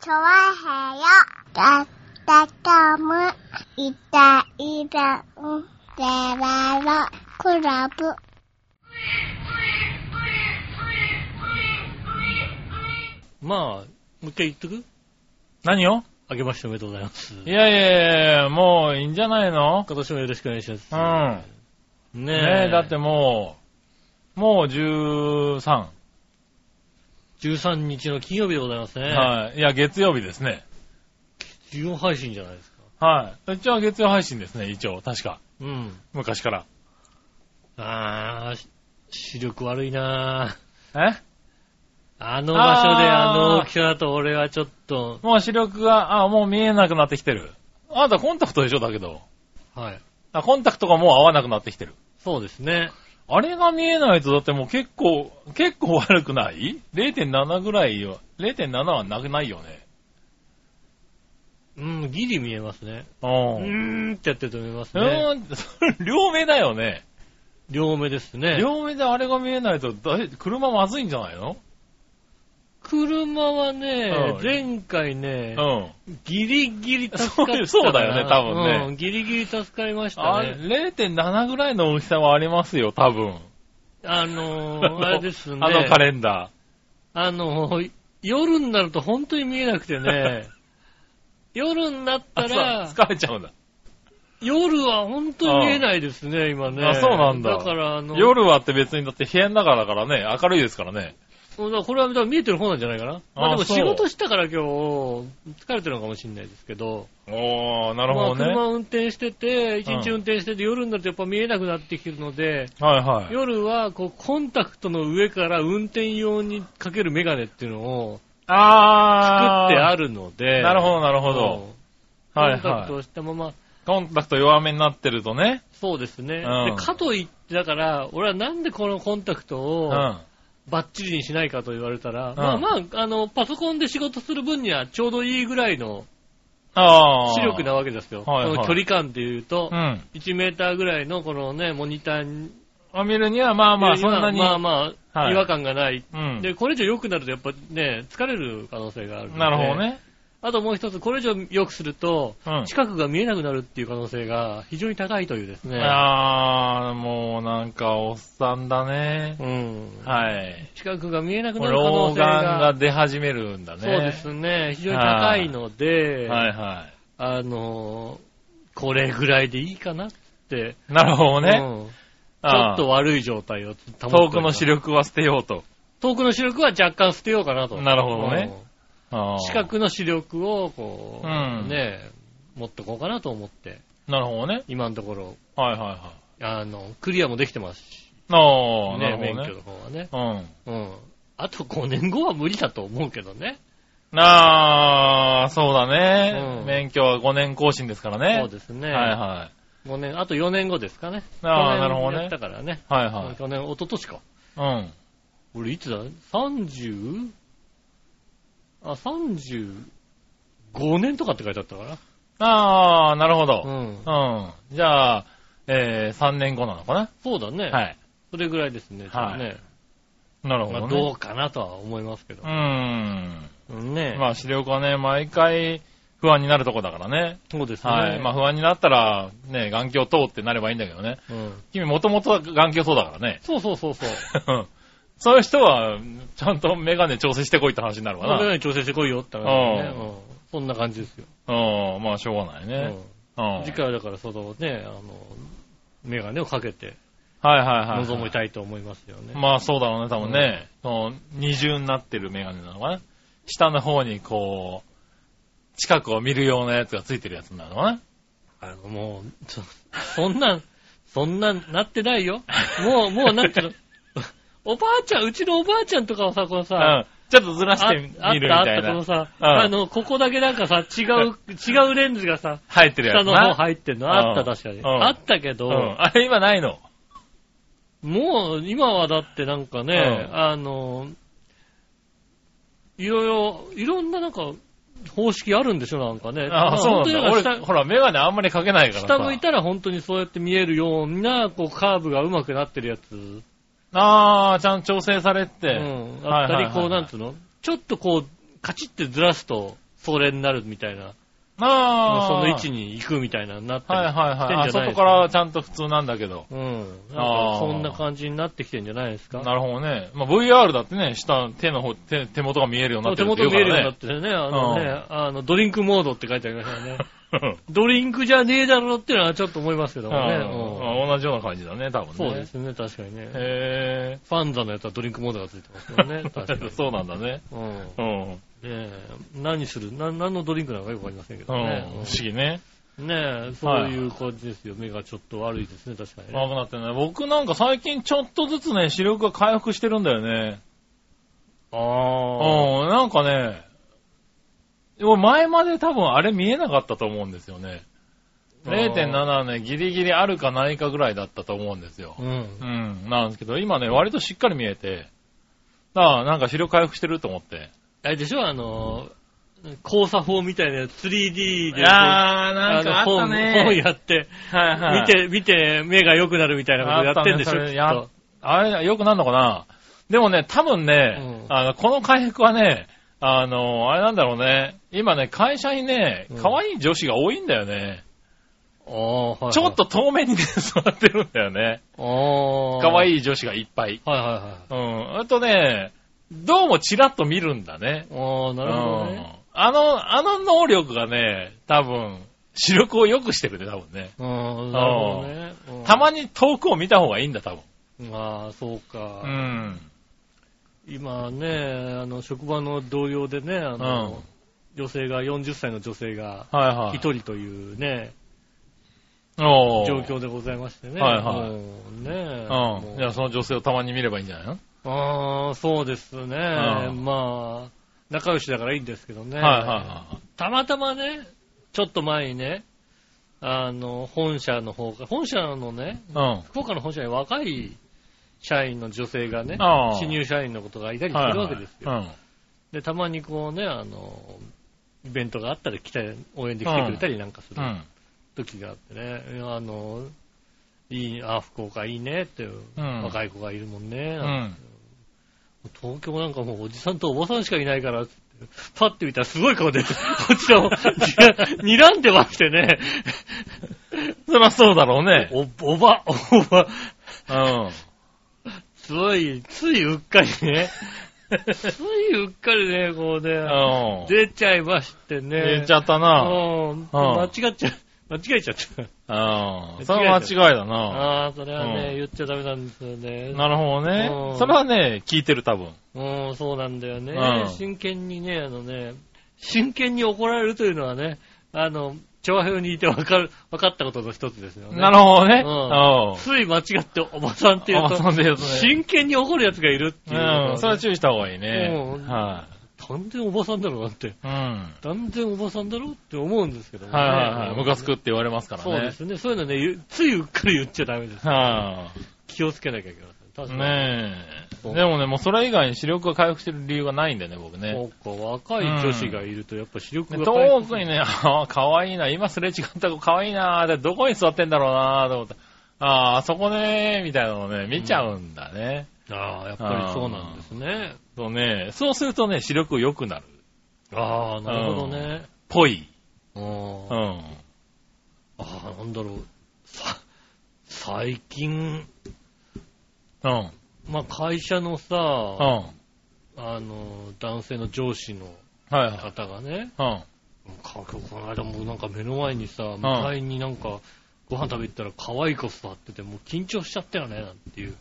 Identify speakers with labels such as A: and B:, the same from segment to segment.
A: チョワヘヨだったかむいたいたんでららクラブ
B: まあ、もう一回言っとく
C: 何を
B: あげましておめでとうございます。
C: いやいやいやもういいんじゃないの
B: 今年もよろしくお願いします。
C: うん。
B: ねえ。
C: ねえ、だってもう、もう13。
B: 13日の金曜日でございますね。
C: はい。いや、月曜日ですね。
B: 授業配信じゃないですか。
C: はい。一応月曜配信ですね、一応。確か。
B: うん。
C: 昔から。
B: あー、し視力悪いなぁ
C: え
B: あの場所で
C: あ
B: あ
C: ー
B: の大きさだと俺はちょっと、
C: もう視力が、あ、もう見えなくなってきてる。あんたコンタクトでしょ、だけど。
B: はい。
C: あコンタクトがもう合わなくなってきてる。
B: そうですね。
C: あれが見えないと、だってもう結構、結構悪くない ?0.7 ぐらいよ。0.7はなくないよね。
B: うん、ギリ見えますね。
C: う
B: うー
C: ん。
B: んってやってると思います
C: う
B: ね。
C: ーん、 それ両目だよね。
B: 両目です ね。
C: 両目であれが見えないと、だい車まずいんじゃないの
B: 車はね
C: う、ん
B: 前回ね、
C: うん。
B: ギリギリ助かったな
C: そうそうだよね多分ね
B: うん、ギリギリ助かりました
C: あれ、
B: ね。
C: 0.7ぐらいの大きさはありますよ、多分。
B: あのー、あれですね。
C: あのカレンダ
B: あのー、夜になると本当に見えなくて ね、夜になっ
C: ー。
B: たら
C: あ、そう疲れちゃうんだ。
B: 夜は本当に見えないですね、今ね。
C: あそうなんだ
B: だから、あの、
C: 夜はって別にだって部屋の中だからね、明るいですからね。
B: そうだからこれは多分見えてる方なんじゃないかな。まあ
C: あ
B: でも
C: そう
B: 仕事したから今日、疲れてるのかもしれないですけど、
C: おー、なる
B: まあ
C: ほどね。
B: 車運転してて、一日
C: うん
B: 運転してて、夜になるとやっぱ見えなくなってきてるので、
C: はいはい。
B: 夜はこうコンタクトの上から運転用にかけるメガネっていうのを作
C: あー。
B: ってあるので、
C: なるほど、なる
B: そ
C: ほ
B: う
C: ど。
B: コ
C: はい
B: ンタクト
C: は
B: をしたまま、
C: い。コンタクト弱めになってるとね。
B: そうですね。
C: うん
B: でかといって、だから、俺はなんでこのコンタクト
C: う
B: を、
C: ん。
B: バッチリにしないかと言われたら、
C: ん
B: まあまあ、あの、パソコンで仕事する分にはちょうどいいぐらいの
C: あー。
B: 視力なわけですよ。
C: はいはい
B: この距離感で言うと、
C: うん。
B: 1メーターぐらいのこのね、モニターに、
C: あ見るにはまあまあ、そんなに。
B: まあまあ、
C: はい
B: 違和感がない。
C: うん。
B: で、これ以上良くなるとやっぱね、疲れる可能性があるので。
C: なるほど。ね。
B: あともう一つ、これ以上良くすると、
C: うん。
B: 近くが見えなくなるっていう可能性が非常に高いというですね。
C: あー、もうなんかおっさんだね。
B: うん。
C: はい。
B: 近くが見えなくなる可
C: 老
B: 能性
C: 眼
B: が
C: が、出始めるんだね。
B: そうですね、非常に高いので、
C: はいは
B: あのーこれぐらいでいいかなって。
C: い。なるほどね。
B: うんちょ
C: あ
B: っ
C: ー
B: と悪い状態を保ってお
C: 遠
B: ります
C: くの視。力は捨てようと。
B: 遠くの視力は若干捨てようかなと。
C: なるほどね
B: う
C: あー
B: ん。近くの視力を、こう、
C: うん
B: ねえ、持っとこうかなと思って、
C: なるほどね。
B: 今のところ、
C: はいはいはい。
B: あの、クリアもできてますし、
C: あー、な
B: ね
C: る
B: 免
C: ほ
B: 許
C: どね。
B: の方はね。
C: うん。
B: うん。あと5年後は無理だと思うけどね。
C: あー、そうだ
B: う
C: ね
B: ん。
C: 免許は5年更新ですからね。
B: そうですね。
C: はいはい。
B: 5年、あと4年後ですかね。去
C: あー
B: 年
C: なるほどね
B: やったからね。
C: はいはい。
B: 去年、一昨年か。
C: うん。
B: 俺いつだ ?30? あ、35年とかって書いてあったか
C: あー、なるほ
B: な。う
C: ど。
B: ん
C: う。ん。じゃあ、えー、3年後なのかな
B: そうだね。
C: はい。
B: それぐらいですね。
C: はい
B: 多分ね
C: なる
B: ま
C: ほど
B: あ、ど
C: ね
B: う。かなとは思いますけど
C: う。ん。
B: ね
C: まあ、視力はね、毎回不安になるとこだからね。
B: そうですね。
C: はい。まあ、不安になったら、ね、眼鏡等ってなればいいんだけどね。
B: うん
C: 君、もともとは眼鏡等だから ね。
B: そうそうそうそう。
C: そういう人は、ちゃんとメガネ調整してこいって話になるわ
B: これぐ
C: な。
B: らい調整してこいよって話だよね
C: う
B: うんそんな感じですよ。
C: うん。まあ、しょうがないね。うん。
B: うん次回はだから、そのね、あの、メガネをかけて
C: はいはいはい。
B: 臨みたいと思いますよね。
C: まあ、そうだろうね、多分ね。その二重になってるメガネなのかな。下の方に、こう、近くを見るようなやつがついてるやつなのかな。
B: あの、もう、そ、そんな、そんな、なってないよ。もう、もうなってる。 おばあちゃん、うちのおばあちゃんとかはさ、このさ、あ
C: うん。ちょっとずらしてみるみ
B: あったあったた、
C: い
B: この
C: な。
B: さ、
C: うん
B: あの、ここだけなんかさ、違う、違うレンズがさ、
C: 入ってるや
B: 下
C: つ
B: の
C: な。
B: 方入ってんのあった、
C: うん
B: 確かに。
C: うん
B: あったけ
C: う
B: ど
C: ん。、あれ今ないの。
B: もう、今はだってなんかね、
C: うん
B: あの、いろいろ、いろんななんか、方式あるんでしょ、なんかね。ま
C: ああ、そうなんだ。
B: 本当に
C: 俺、
B: なんか
C: ほら、メガネあんまりかけないから
B: 下
C: さ。
B: 下向いたら本当にそうやって見えるような、こう、カーブが上手くなってるやつ。
C: ああ、ちゃんと調整されてて。
B: うん。あったり、こう、なんつうのちょっとこう、カチッてずらすと、それになるみたいな、
C: ああ。
B: その位置に行くみたいなのになってる
C: はいはいはい。あ
B: してんじゃな
C: そ
B: い
C: こ
B: ですか
C: からちゃんと普通なんだけど。
B: うん。なん
C: あ
B: か
C: ー
B: そんな感じになってきてんじゃないですか。
C: なるほどね。まあ、VR だってね、下、手の方、手、手元が見えるようになって
B: 手
C: るって
B: 元
C: 言う
B: 見
C: か
B: えるようにな
C: らね
B: っ。てるね。あのね、あの、ドリンクモードって書いてありましたよね。
C: うん
B: ドリンクじゃねえだろっていうのはちょっと思いますけどもね。うん
C: あー同じような感じだね、多分ね。
B: そうですね、確かにね。
C: へ
B: ファンザのやつはドリンクモードがついてますからね。確か
C: ぇ
B: に。
C: ー。 そうなんだね。
B: うん。ね
C: うん。
B: え何するな何のドリンクなのかよくわかりませんけ
C: う
B: ど
C: ん。
B: ね。
C: 不思議ね。
B: うんねえ、そういう感じですよ。目がちょっと悪いですね、確かに
C: 悪
B: ね。
C: くなってね。僕なんか最近ちょっとずつね、視力が回復してるんだよね。
B: ああ。
C: うん。なんかね、俺前まで多分あれ見えなかったと思うんですよね。
B: あー
C: 0.7ね、ギリギリあるかないかぐらいだったと思うんですよ。
B: うん
C: う。ん、なんですけど、今ね、割としっかり見えて、だからなんか視力回復してると思って。
B: あれでしょあの、交差法みたいなやつ 3D で。
C: ー、
B: あの本本やって、
C: はいはい。
B: 見て、見て、目が良くなるみたいなことやってんでし
C: あった
B: ょ、
C: ね
B: き
C: それ
B: っと。
C: あれ、よくなるのかなでもね、多分ね、
B: うん
C: あの、この回復はね、あの、あれなんだろうね。今ね、会社にね
B: うん、
C: 可愛い女子が多いんだよね。
B: ああ、はいはい
C: ちょっと、遠目にね、 座ってるんだよね。
B: ああ。
C: 可
B: い。
C: 愛い女子がいっぱい。
B: はいはいはい。
C: うん。あとね、どうもチラッと見るんだね。
B: ああ、なるほどね。
C: うんあの、あの能力がね、多分、視力を良くしてるね、多分ね。
B: うん、なるほどね。うん
C: たまに遠くを見た方がいいんだ、多分。
B: まあ、そう
C: う
B: か。
C: ん。
B: 今ね、あの、職場の同僚でね、あ
C: うん
B: の、女性が、40歳の女性が、
C: はいはい。
B: 一人というね、
C: おー
B: 状況でございましてね。
C: はいはい
B: もうね。
C: うん。じゃ
B: も
C: あ
B: う
C: その女性をたまに見ればいいんじゃないの
B: ああ、そうですね。
C: ん
B: まあ、仲良しだからいいんですけどね。
C: はいはいはい。
B: たまたまね、ちょっと前にね、あの、本社の方が、本社のね、
C: うん。
B: 福岡の本社に若い社員の女性がね、
C: ああ
B: 新入社員のことがいたりす
C: はい
B: る
C: は
B: わ
C: い
B: けですよ。で、たまにこうね、あの、イベントがあったら来て、応援で来てくれたりなんかす
C: う
B: る
C: ん。うん。
B: 時があってね、いやあの、いい、あ、福岡いいねって、
C: うん
B: 若い子がいるもんね、
C: うん。
B: 東京なんかもうおじさんとおばさんしかいないからっつって、パッて見たらすごい顔で、こち らを睨んでまして ね、
C: そりゃそうだろうね。
B: お、おば、おば、
C: うん。
B: すごい、ついうっかり ね、ついうっかりね、こうね、
C: うん。
B: 出ちゃいましてね。
C: 言っちゃったな。
B: うん間違っちゃ、 間違えちゃった。
C: うん。それは間違いだな。
B: ああ、それはね、
C: うん
B: 言っちゃダメなんですよね。
C: なるほど
B: うん
C: ね。それはね、聞いてる多分。
B: うん、そうなんだよね。
C: うん
B: 真剣にね、あのね、真剣に怒られるというのはね、あの、調和表にいてわかる、分かったことの一つですよね。
C: なるほどね。
B: う
C: うんん。
B: つい間違っておばさんって言う
C: あそ
B: と、
C: うですね。
B: 真剣に怒る奴がいるっていうのがね、
C: うん。それは注意した方がいいね
B: う。ん
C: は
B: 断然おばさんだろうなって、
C: い。うん。
B: 断然おばさんだろうって思うんですけどもね。
C: はいはいはい。ムカつ
B: く
C: くって言われますからね。
B: そうですね。そういうのね、ゆついうっかり言っちゃダメです。
C: は
B: 気をつけなきゃいけません。確
C: い。
B: かに。
C: ねえ。でもね、もうそれ以外に視力が回復してる理由がないんだよね、僕ね。
B: そうか、若い女子がいると、やっぱ視力が回
C: 遠
B: 復
C: くにね、 ああ、かわいいな、今すれ違った子かわいいな、で、どこに座ってんだろうな、と思って、ああ、あそこね、みたいなのをね、見ちゃうんだね。
B: ああ、やっぱりそうなんですね。
C: そうね、そうするとね、視力良くなる。
B: ああ、なるほどね。
C: ぽい。
B: うん
C: う
B: あ
C: ん。
B: あ、なんだろう。さ、最近、
C: うん。
B: まあ、会社のさ、
C: うん。は
B: あの、男性の上司の
C: いはい。
B: 方がね、
C: うん。
B: か今日この間もうなんか目の前にさ、向かいになんか、ご飯食べ行ったら可愛い子座ってて、もう緊張しちゃったよね、なんていう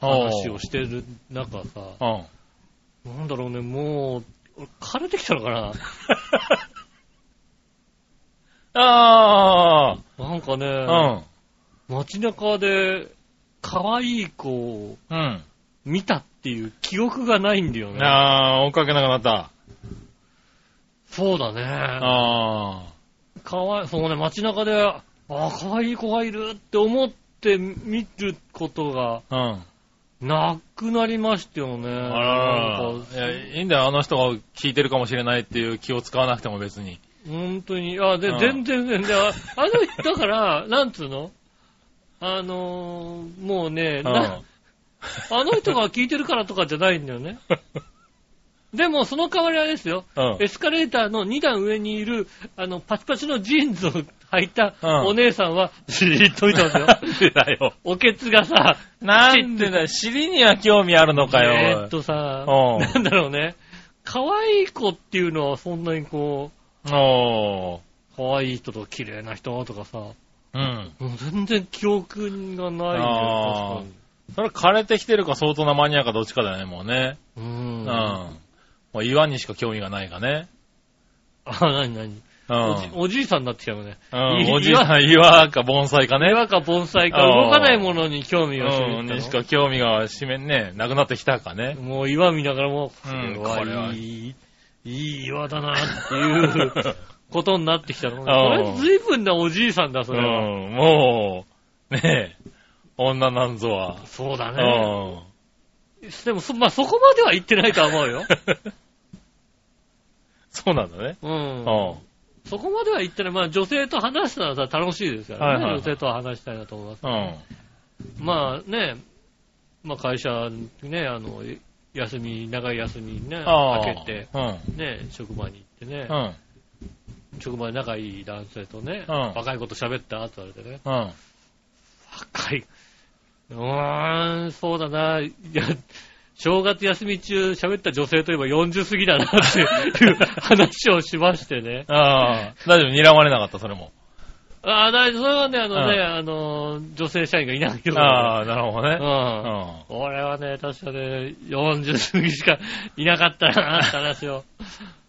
B: 話をしてる中さ、
C: うん。
B: なんだろうね、もう、俺枯れてきたのかな
C: あ
B: なんかね、
C: あ、
B: 街中で、可愛い子を
C: うん。うん。
B: 見たっていう記憶がないんだよね。
C: ああ、追っかけなくなった。
B: そうだね。
C: あ
B: かわい、そうね、街中で、ああ、可愛い子がいるって思って見ることが
C: あ、うん。
B: なくなりましたよね。
C: あら
B: な
C: ら
B: ん
C: ら。い
B: か
C: や、いいんだよ、あの人が聞いてるかもしれないっていう気を使わなくても別に。
B: 本当に。あ、で、
C: うん
B: 全然全然。ああの人、だから、 なんつうのあのーもうね、
C: うん。
B: なあの人が聞いてるからとかじゃないんだよね。でも、その代わりあれですよ。
C: うん。
B: エスカレーターの2段上にいる、あの、パチパチのジーンズを履いた
C: うん
B: お姉さんは、じーっと見て ますよ。
C: なんでだよ。
B: おけつがさ、
C: なんでだよ。尻には興味あるのかよ。
B: えーっとさ、
C: おい
B: なんだろうね。可愛い子っていうのはそんなにこ
C: おー。
B: う、可愛い人とか綺麗な人とかさ、も
C: うん。
B: う全然記憶がないんだ
C: あー
B: よ、確かに。
C: それ枯れてきてるか相当なマニアかどっちかだよね、もうね。
B: う。
C: うんん。
B: あ、
C: もう岩にしか興味がないかね。
B: なになに
C: うん。
B: おじおじいさんになってきたよね。
C: うん
B: い
C: おじいさん、岩か盆栽かね。
B: 岩か盆栽か
C: あー
B: 動かないものに興味を示
C: うん、に
B: し
C: してか興味がしめんね、なくなってきたかね。
B: もう岩見ながらも、こ
C: うん
B: れはいい、いい岩だなっていう ことになってきたの。こ
C: あ
B: れ
C: ー
B: 随分なおじいさんだ、
C: う
B: そ
C: ん
B: れは。、
C: もう、ねえ、女なんぞは。
B: そうだ
C: う
B: ね。
C: ん。
B: でもそ、まあ、そこまでは行ってないとは思う よ。
C: そうなんだね。
B: う。
C: うんん。
B: そこまでは行ってない。まあ、女性と話すのはさ、楽しいですからね。
C: はいはいはい
B: 女性とは話したいなと思います。
C: うん。
B: まあね、まあ会社ね、あの、休み、長い休みにね、
C: ああ。
B: 明けて、
C: うん。
B: ね、職場に行ってね、
C: うん。
B: 職場で仲いい男性とね、
C: うん
B: 若いこと喋ったって言われてね、
C: うん。
B: 若い。うーん、そうだな。いや、正月休み中喋った女性といえば40過ぎだなっていう話をしましてね。
C: ああ。大丈夫、睨まれなかった、それも。
B: ああ、だいそれはね、あのね、
C: うん
B: あの、女性社員がいないけど、
C: ああ、なるほど
B: う。
C: ね。うんん。
B: 俺はね、確かね、40過ぎしかいなかったなって話 を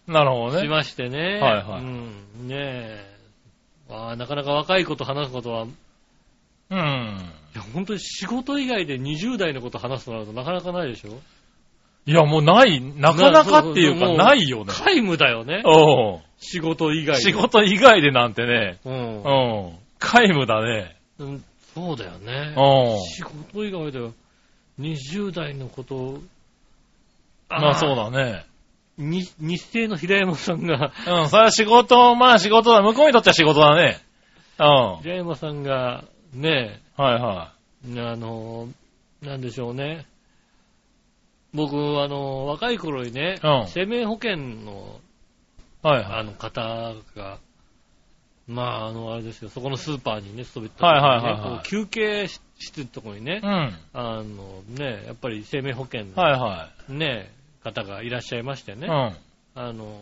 C: なるほど
B: し
C: ね。
B: ましてね。
C: はいはい
B: うん、ねえ。ああ、なかなか若い子と話すことは、い
C: うん。
B: や、本当に仕事以外で20代のこと話すとなるとなかなかないでしょ
C: いや、もうない、なかなかっていう
B: なそうそうそ
C: か、
B: う
C: ないよね。
B: 皆無だよね。
C: お
B: 仕事以
C: う
B: 外で
C: 仕事以外でなんてね。
B: うん
C: う。ん。皆無だね。
B: うんそうだよね。
C: うん。
B: 仕事以外では20代のことを
C: まあそう
B: だ。
C: だね。
B: に日生の平山さんが、
C: うん、それは仕事、まあ仕事だ。向こうにとっては仕事だね。うん。は
B: 平山さんが、ね
C: いは
B: え、あの、なんでしょうね。僕、あの、若い頃にね、
C: うん
B: 生命保険の
C: い。はいは
B: あの方が、まあ、あの、あれですよ、そこのスーパーにね、勤めてた
C: はい
B: 時にね
C: はいはいはい
B: こう休憩室のとこにね
C: い。う、ん。
B: あのね、やっぱり生命保険の
C: はいは
B: ね、方がいらっしゃいまして
C: い。
B: ね、
C: うん。
B: あの、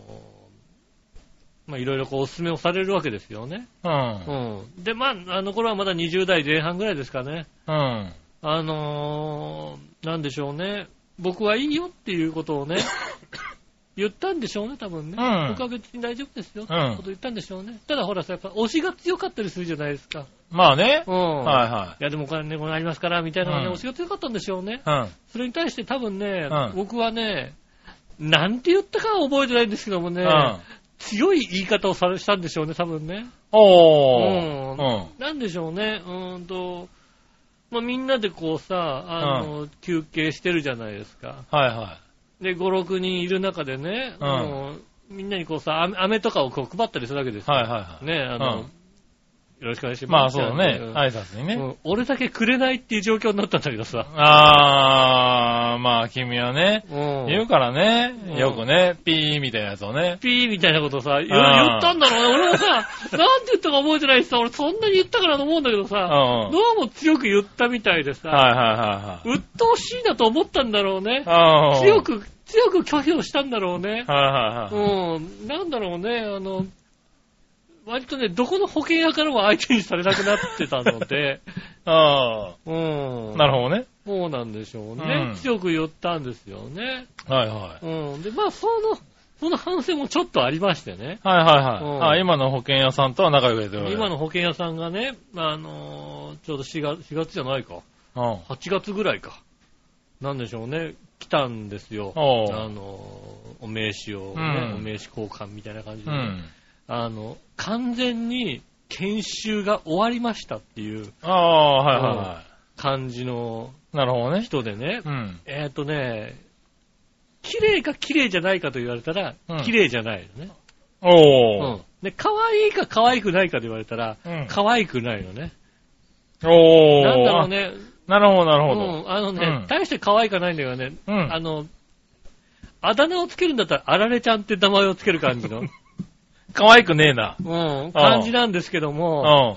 B: まあ、いろいろこうお勧めをされるわけですよね。
C: う。
B: うんん。で、まあ、あの頃はまだ20代前半ぐらいですかね。
C: うん。
B: あのーなんでしょうね。僕はいいよっていうこと をね、言ったんでしょうね、多分ね。
C: うん
B: 僕は別に大丈夫ですよって
C: うん
B: こと言ったんでしょうね。ただほらさ、やっぱ推しが強かったりするじゃないですか。
C: まあね
B: う。ん。
C: はいはい
B: やでもお金これありますから、みたいなのがね、
C: うん
B: 推しが強かったんでしょうね。
C: い。うん。
B: それに対して多分ね、
C: うん
B: 僕はね、なんて言ったかは覚えてないんですけどもね、
C: うん。
B: 強い言い方をされしたんでしょうね、多分ね。
C: お
B: うん
C: ー。
B: なんでしょうね、うーんと、まあ、みんなでこうさ、あの、休憩してるじゃないですか。
C: うん。はいは
B: で、5、6人いる中でね、
C: うん
B: あのみんなにこうさ、飴飴とかをこう配ったりするわけです
C: い。
B: よ。
C: はいはいはい。
B: ね、あの、
C: うん
B: よろしくお願いし
C: まあ
B: ます。
C: そうだね
B: ん。
C: 挨拶に
B: う
C: ね。
B: ん俺だけくれないっていう状況になったんだけどさ。
C: あー、まあ君はね、
B: うん
C: 言うから
B: うん
C: ね、よくね、ピーみたいなやつをね。
B: ピーみたいなことをさ、言う
C: あー
B: 言ったんだろうね。俺も さ、なんて言ったか覚えてないしさ、俺そんなに言ったかなと思うんだけど
C: うん。
B: さ、
C: は
B: どうも強く言ったみたいで
C: い
B: さ、
C: はいはい
B: 鬱陶しいなと思ったんだろうね。
C: はい。う
B: 強。
C: ん
B: く、強く拒否をしたんだろうね。
C: はいはいはい。
B: うん。なんだろうね、あの、割とね、どこの保険屋からも相手にされなくなってたの で、
C: あ
B: うん
C: あ。。なるほどね。
B: そうなんでしょうね。
C: うん
B: 強く言ったんですよね。
C: はいはい。
B: うん。で、まあ、その、その反省もちょっとありましてね。
C: はいはいうはい。
B: ん
C: あ今の保険屋さんとは仲良くやってる
B: 今の保険屋さんがね、あのーちょうど4月、4月じゃないか。
C: の。
B: 8月ぐらいか。なんでしょうね。来たんですよ。
C: おう
B: あの、お名刺を、ね
C: うん
B: お名刺交換みたいな感じ
C: う
B: で、
C: ん。うん。
B: あの、完全に研修が終わりましたっていう
C: ああ、はいはいは
B: 感じの
C: い。なるほどね。
B: 人でね、
C: うん。
B: えっ、とね、綺麗か綺麗じゃないかと言われたら、
C: うん
B: 綺麗じゃないのね。う
C: おー
B: ん。。で、可愛いか可愛くないかと言われたら、
C: うん
B: 可愛くないのね。
C: おー。
B: なんだろうね、
C: あ。なるほど、なる
B: う
C: ほど。
B: ん、あのね、
C: うん
B: 大して可愛いかないんだけどね、
C: うん
B: あの、あだ名をつけるんだったら、あられちゃんって名前をつける感じ の、
C: 可愛くねえな。
B: うん、感じなんですけど
C: う
B: も、
C: ん。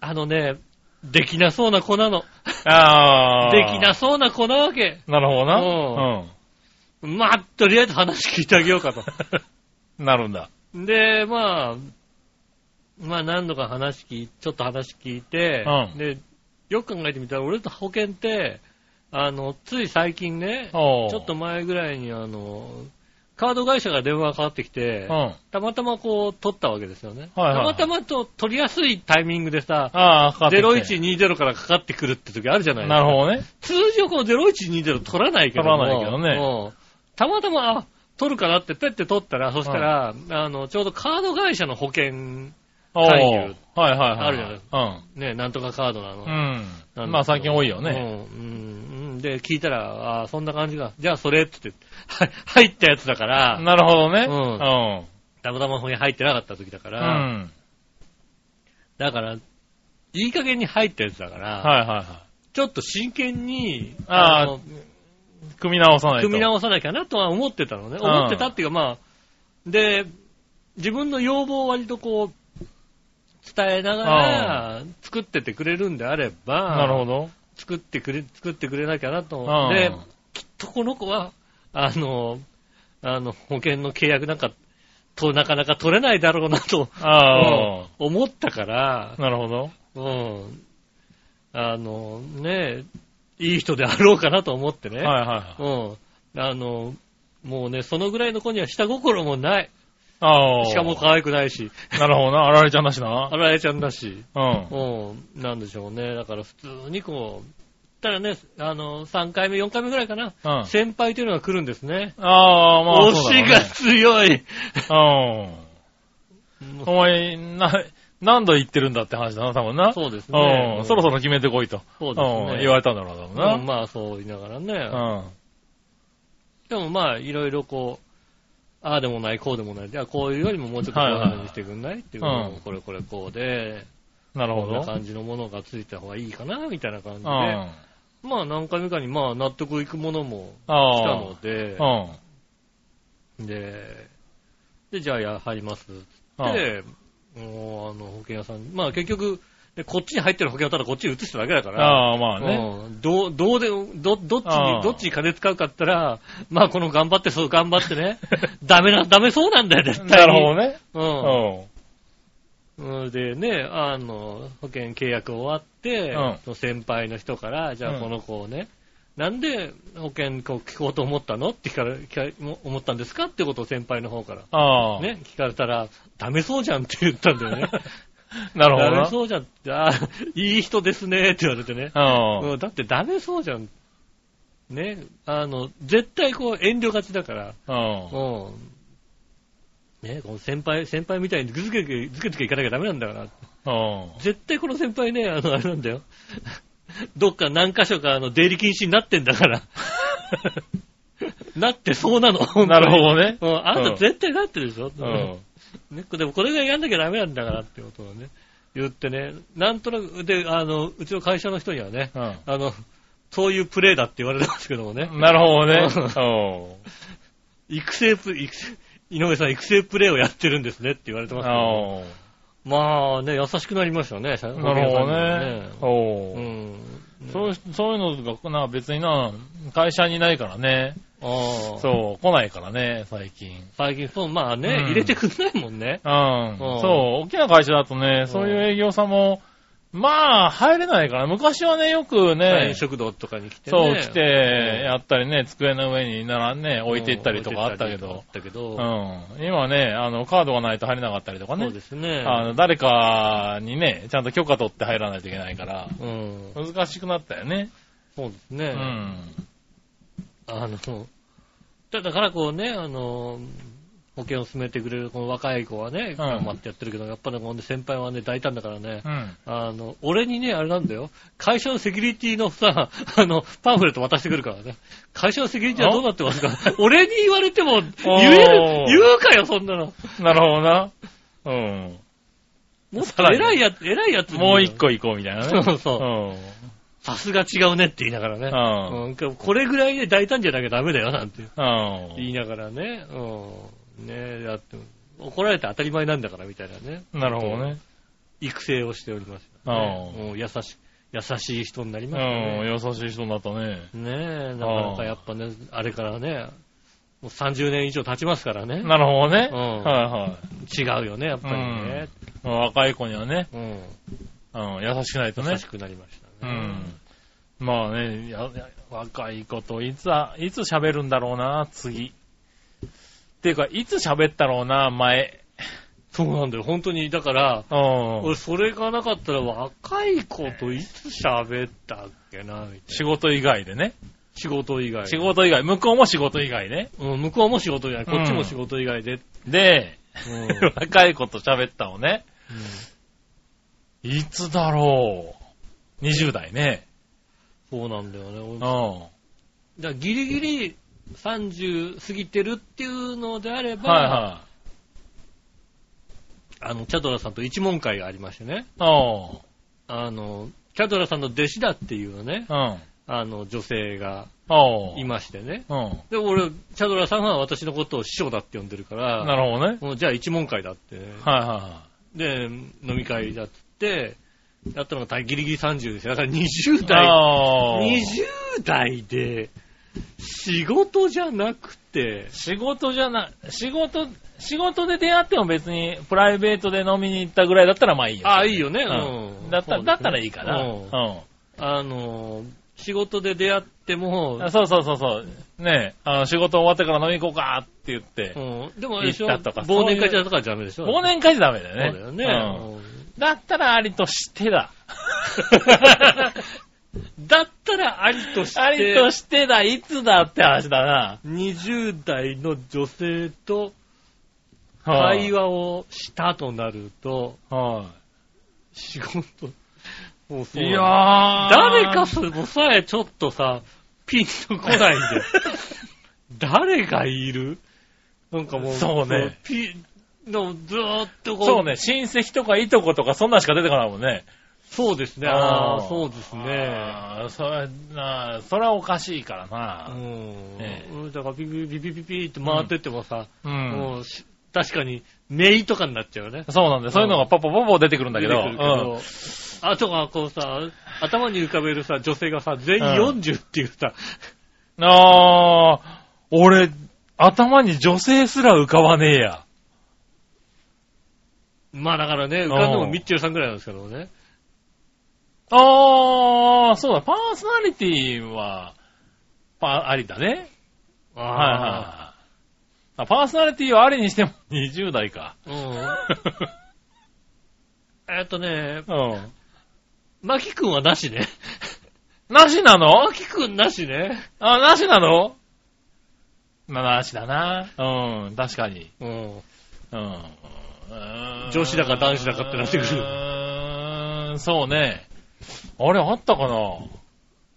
B: あのね、できなそうな子なの。
C: ああ。
B: できな。そうな子なわけ。
C: なるほどな。
B: う
C: う
B: まあ、とりあえず話聞いてあげようか と。
C: ん。なるんだ。
B: で、まあ、まあ何度か話聞い、ちょっと話聞いて、
C: うん
B: で、よく考えてみたら、俺と保険って、あの、つい最近ね、
C: おう
B: ちょっと。前ぐらいにあの、カード会社が電話がかかってきて、
C: うん。あ
B: たまたまこう取ったわけですよね。
C: はいはいはい
B: たまたまと取りやすいタイミングでさ、
C: あ、かかってきて。
B: 0120からかかってくるって時あるじゃないですか。
C: なるほどね。
B: 通常この0120取らないけども
C: 取らないけどね
B: うんたまたま、あ、取るかなってペッて取ったら、そしたら、あの、ちょうどカード会社の保険、
C: お
B: 勧
C: うはい
B: 誘
C: はいはい。
B: あるじゃない
C: ゃ
B: ね、なんとかカードなの。
C: ない。う。
B: なんん
C: まあ
B: ですけど
C: 最近多いよね。。
B: うんうん。うんで、聞いたら、あそんな感じが。じゃあそれって 言って、はい入ったやつだから、
C: なるほどね。
B: たまたま本に入ってなかった時だか
C: うん。う
B: ら、
C: ん。
B: だから、いい加減に入ったやつだから、
C: はいはいは
B: ちょっと真剣に、
C: あー
B: の
C: い。組み直さないと。
B: 組み直さなきゃなとは思ってたのね。
C: うん
B: 思ってたっていうか、まあ、で、自分の要望を割とこう、伝えながら、作っててくれるんであれば、
C: なるほど。
B: 作ってくれ、作ってくれなきゃなと。
C: うん
B: で、きっとこの子は、あの、あの、保険の契約なんか、と、なかなか取れないだろうなと、
C: ああ。
B: 思ったから、
C: なるほど。
B: うん。あの、ね、いい人であろうかなと思ってね。
C: はいはい。
B: うん。あの、もうね、そのぐらいの子には下心もない。
C: ああ。
B: しかも可愛くないし、
C: なるほどな。あられちゃんだしな
B: あ。られちゃんだし、
C: うん。
B: うん、なんでしょうね。だから普通にこう、ただね、あの、3回目、4回目ぐらいかな、
C: うん。
B: 先輩というのが来るんですね。
C: ああ、まあ、
B: 推
C: そうだ
B: し
C: ろ
B: が強い。
C: うねうん。お前、な、何度言ってるんだって話だな、多分な。
B: そうです
C: う
B: ね
C: ん。。そろそろ決めてこいと。
B: そうですね
C: ん言われたんだろうな、多
B: まあ
C: 分
B: まあそう言いながらね。
C: な。うん。
B: でもまあ、いろいろこう、ああでもない、こうでもない。じゃあこういうよりももうちょっとこういうのにしてくんないっていうの
C: うん
B: を、これこれこうで、
C: なる
B: こ
C: ほ
B: んな
C: ど。
B: 感じのものがついた方がいいかな、みたいな感じ
C: うん。
B: で。
C: あ
B: まあ何回目かにまあ納得いくものも来た
C: あ
B: ので、
C: ー。
B: で、で、じゃあや、入ります。
C: うん。うん
B: で、もうあの、保険屋さんに、まあ結局、でこっちに入ってる保険はただこっちに移しただけだから、
C: ああ、まあね。
B: うんどう、どうで、ど、どっち
C: ああ
B: に、どっちに金使うかって言ったら、まあこの頑張って、そう頑張ってね、 ダメな、ダメそうなんだよ、絶対
C: な
B: に。
C: るほどね。う
B: うん。
C: ん。
B: うんでね、あの、保険契約終わって、
C: うん
B: その先輩の人から、じゃ
C: う
B: あ
C: ん
B: この子をね、なんで保険こう聞こうと思ったのって聞かれ、聞かも思ったんですかってことを先輩の方から、
C: ああ。。
B: ね、聞かれたら、ダメそうじゃんって言ったんだよね。
C: なるほど
B: ダメ
C: な。
B: そうじゃんって、あーいい人ですねって言われてね。
C: うん。
B: うんだってダメそうじゃん。ね、あの、絶対こう遠慮がちだから、
C: うん。
B: うん。ね、この先輩、先輩みたいにずけずけ、ずけずけいかなきゃダメなんだから
C: うん。
B: 絶対この先輩ね、あの、あれなんだよ。 どっか何箇所かあの出入り禁止になってんだから。 なってそうなの。
C: な
B: ど。
C: るほどね。
B: うん、あん
C: う
B: た
C: ん
B: 絶対なってるでしょ、
C: うん。
B: ね、でもこれがやんなきゃダメなんだからってことをね、言ってね、なんとなく、で、あの、うちの会社の人にはね、
C: うん。
B: あの、そういうプレーだって言われてますけどもね、
C: なるほど ね。
B: 育成プ、育成、井上さん育成プレーをやってるんですねって言われて
C: う
B: ますけども、
C: ん。
B: まあね、優しくなりましたね、社
C: うん。なるほどね。
B: 保
C: お
B: 険
C: う
B: さんにもねうん。
C: そういう、そういうのが、なんか別にな、会社にいないからね。
B: ああ
C: そう、来ないからね、最近。
B: 最近、そう、まあね、
C: うん
B: 入れてくんないもんね。
C: うん。
B: うん
C: そう、大きな会社だとね、そういう営業さんも、まあ、入れないから、昔はね、よく
B: 社
C: ね
B: 員、食堂とかに来て
C: そう、
B: ね。
C: 来て、やったりね、机の上にならね、
B: うん、
C: 置いていったりとかあった
B: 置
C: け
B: い
C: ど、
B: てったりと
C: う
B: かあっ
C: ん。今ね、あの、カードがないと入れなかったりとか
B: たけど、
C: ね。
B: そうですね。
C: あの、誰かにね、ちゃんと許可取って入らないといけないから、
B: うん、
C: 難しくなったよね。
B: そうですね。
C: うん。
B: あの、だだからこうね、あの、保険を進めてくれるこの若い子はね、頑張ってやってるけど、やっぱりもうね、先輩はね、大胆だからね、
C: うん。
B: あの、俺にね、あれなんだよ、会社のセキュリティのさ、 あの、パンフレット渡してくるからね、会社のセキュリティはどうなってますか 俺に言われても、言える
C: おー、
B: 言うかよ、そんなの。
C: なるほどな。うん。
B: もっ
C: さ
B: と
C: らに
B: 偉いやつ、偉いやつに。
C: もう一個行こうみたいな ね。
B: そうそう
C: うん。
B: さすが違うねって言いながらね。
C: うん
B: うんこれぐらいで大胆じゃなきゃダメだよなんて
C: うん
B: 言いながらね。うん。ねえ、だって、怒られて当たり前なんだからみたいなね。
C: なるほどね。
B: 育成をしておりますよね、うん優し、優しい人になり
C: う
B: ま
C: ん
B: したね。、
C: 優しい人になったね。
B: ねえ、なかなかやっぱね、あれからね、もう30年以上経ちますからね。
C: なるほどね。
B: うん
C: は
B: 違うよね、やっぱりね。
C: いはい。若い子にはね、
B: うん。
C: うん、優しくないとね
B: 優し。くなりました
C: う
B: ね。
C: ん。まあね、やや若い子といつは、いつ喋るんだろうな、次。っていうか、いつ喋ったろうな、前。
B: そうなんだよ、本当に。だから、
C: うん。
B: 俺、それがなかったら若い子といつ喋ったっけな、みたいな。
C: 仕事以外でね。
B: 仕事以外。
C: 仕事以外、向こうも仕事以外ね。
B: うん、向こうも仕事以外、こっちも仕事以外で。
C: で、
B: うん。
C: 若い子と喋ったのね。いつだろう。20代ね。
B: そうなんだよね。俺
C: うん。
B: だからギリギリ30過ぎてるっていうのであれば、
C: は
B: あの、チャドラさんと一問会がありましてね。
C: いはい。
B: あの、キャドラさんの弟子だっていうね、
C: うん。うん。
B: あの、女性が
C: おう
B: い。ましてね。
C: うん。
B: で、俺、チャドラさんは私のことを師匠だって呼んでるから、
C: なるほどね。
B: もうじゃあ一問会だって、ね。
C: はいは
B: で、飲み会だっつって、やったのが大ギリギリ30ですよ。だから
C: い
B: 20
C: はい。
B: 代、
C: あー
B: 20代で、仕事じゃなくて、
C: 仕事じゃな、仕事、仕事で出会っても別にプライベートで飲みに行ったぐらいだったらまあいいよ。
B: ああ、いいよね。う
C: う。
B: んん。
C: だった
B: そうですね
C: だったらいいかな。
B: う
C: うん
B: あの、仕事で出会っても
C: んあ。、そうそうそうそう。ねえ、あの仕事終わってから飲み行こうかって言って
B: う。ん、でもあれでしょ、
C: 行ったとか
B: 忘年会じゃとかじゃダメでしょ
C: 忘年会じゃダメだよね。
B: そうだよね。
C: うんだったらありとして だ。
B: うん だったらありとして、
C: ありとしてだ、いつだって話だな。
B: 20代の女性と
C: はい
B: 会話をしたとなると、
C: は
B: 仕事、もうそ
C: い。
B: う
C: いやー。
B: 誰かそれもさえちょっとさ、ピンとこないん で。誰がいるなんかもう、
C: そうね。
B: ピのずーっとこう、
C: そうね、親戚とかいとことかそんなんしか出てこないもんね。
B: そうですね。
C: あー
B: ああー、そうですね。
C: ああ、それ、なあ、それはおかしいから
B: う
C: な。ね
B: ん。だからピピピピピピって回ってってもさ、
C: うん。
B: もうし確かに、メイとかになっちゃうよね。
C: そうなんだよ。そういうのがポポポポ出てくるんだけど。
B: 出てくるけどあとはこうさ、頭に浮かべるさ、女性がさ、全員
C: うん
B: 40っていうさ、
C: うんああ、俺、頭に女性すら浮かばねえや。
B: まあだからね、浮かんでもミッチェルさんぐらいなんですけどね。
C: ああ、そうだ、パーソナリティは、パ、ありだね。はいはい
B: あ
C: はい。あパーソナリティはありにしても20代か。
B: あ、うん。えっとね、
C: うん。
B: マキ君はなしね。
C: なしなの
B: マキ君なしね。
C: あ、なしなのな、なしだな。うん、確かに。
B: うん。
C: うん。
B: 女子だか男子だかってなってくる
C: うーん、そうね。あれ、あったかなも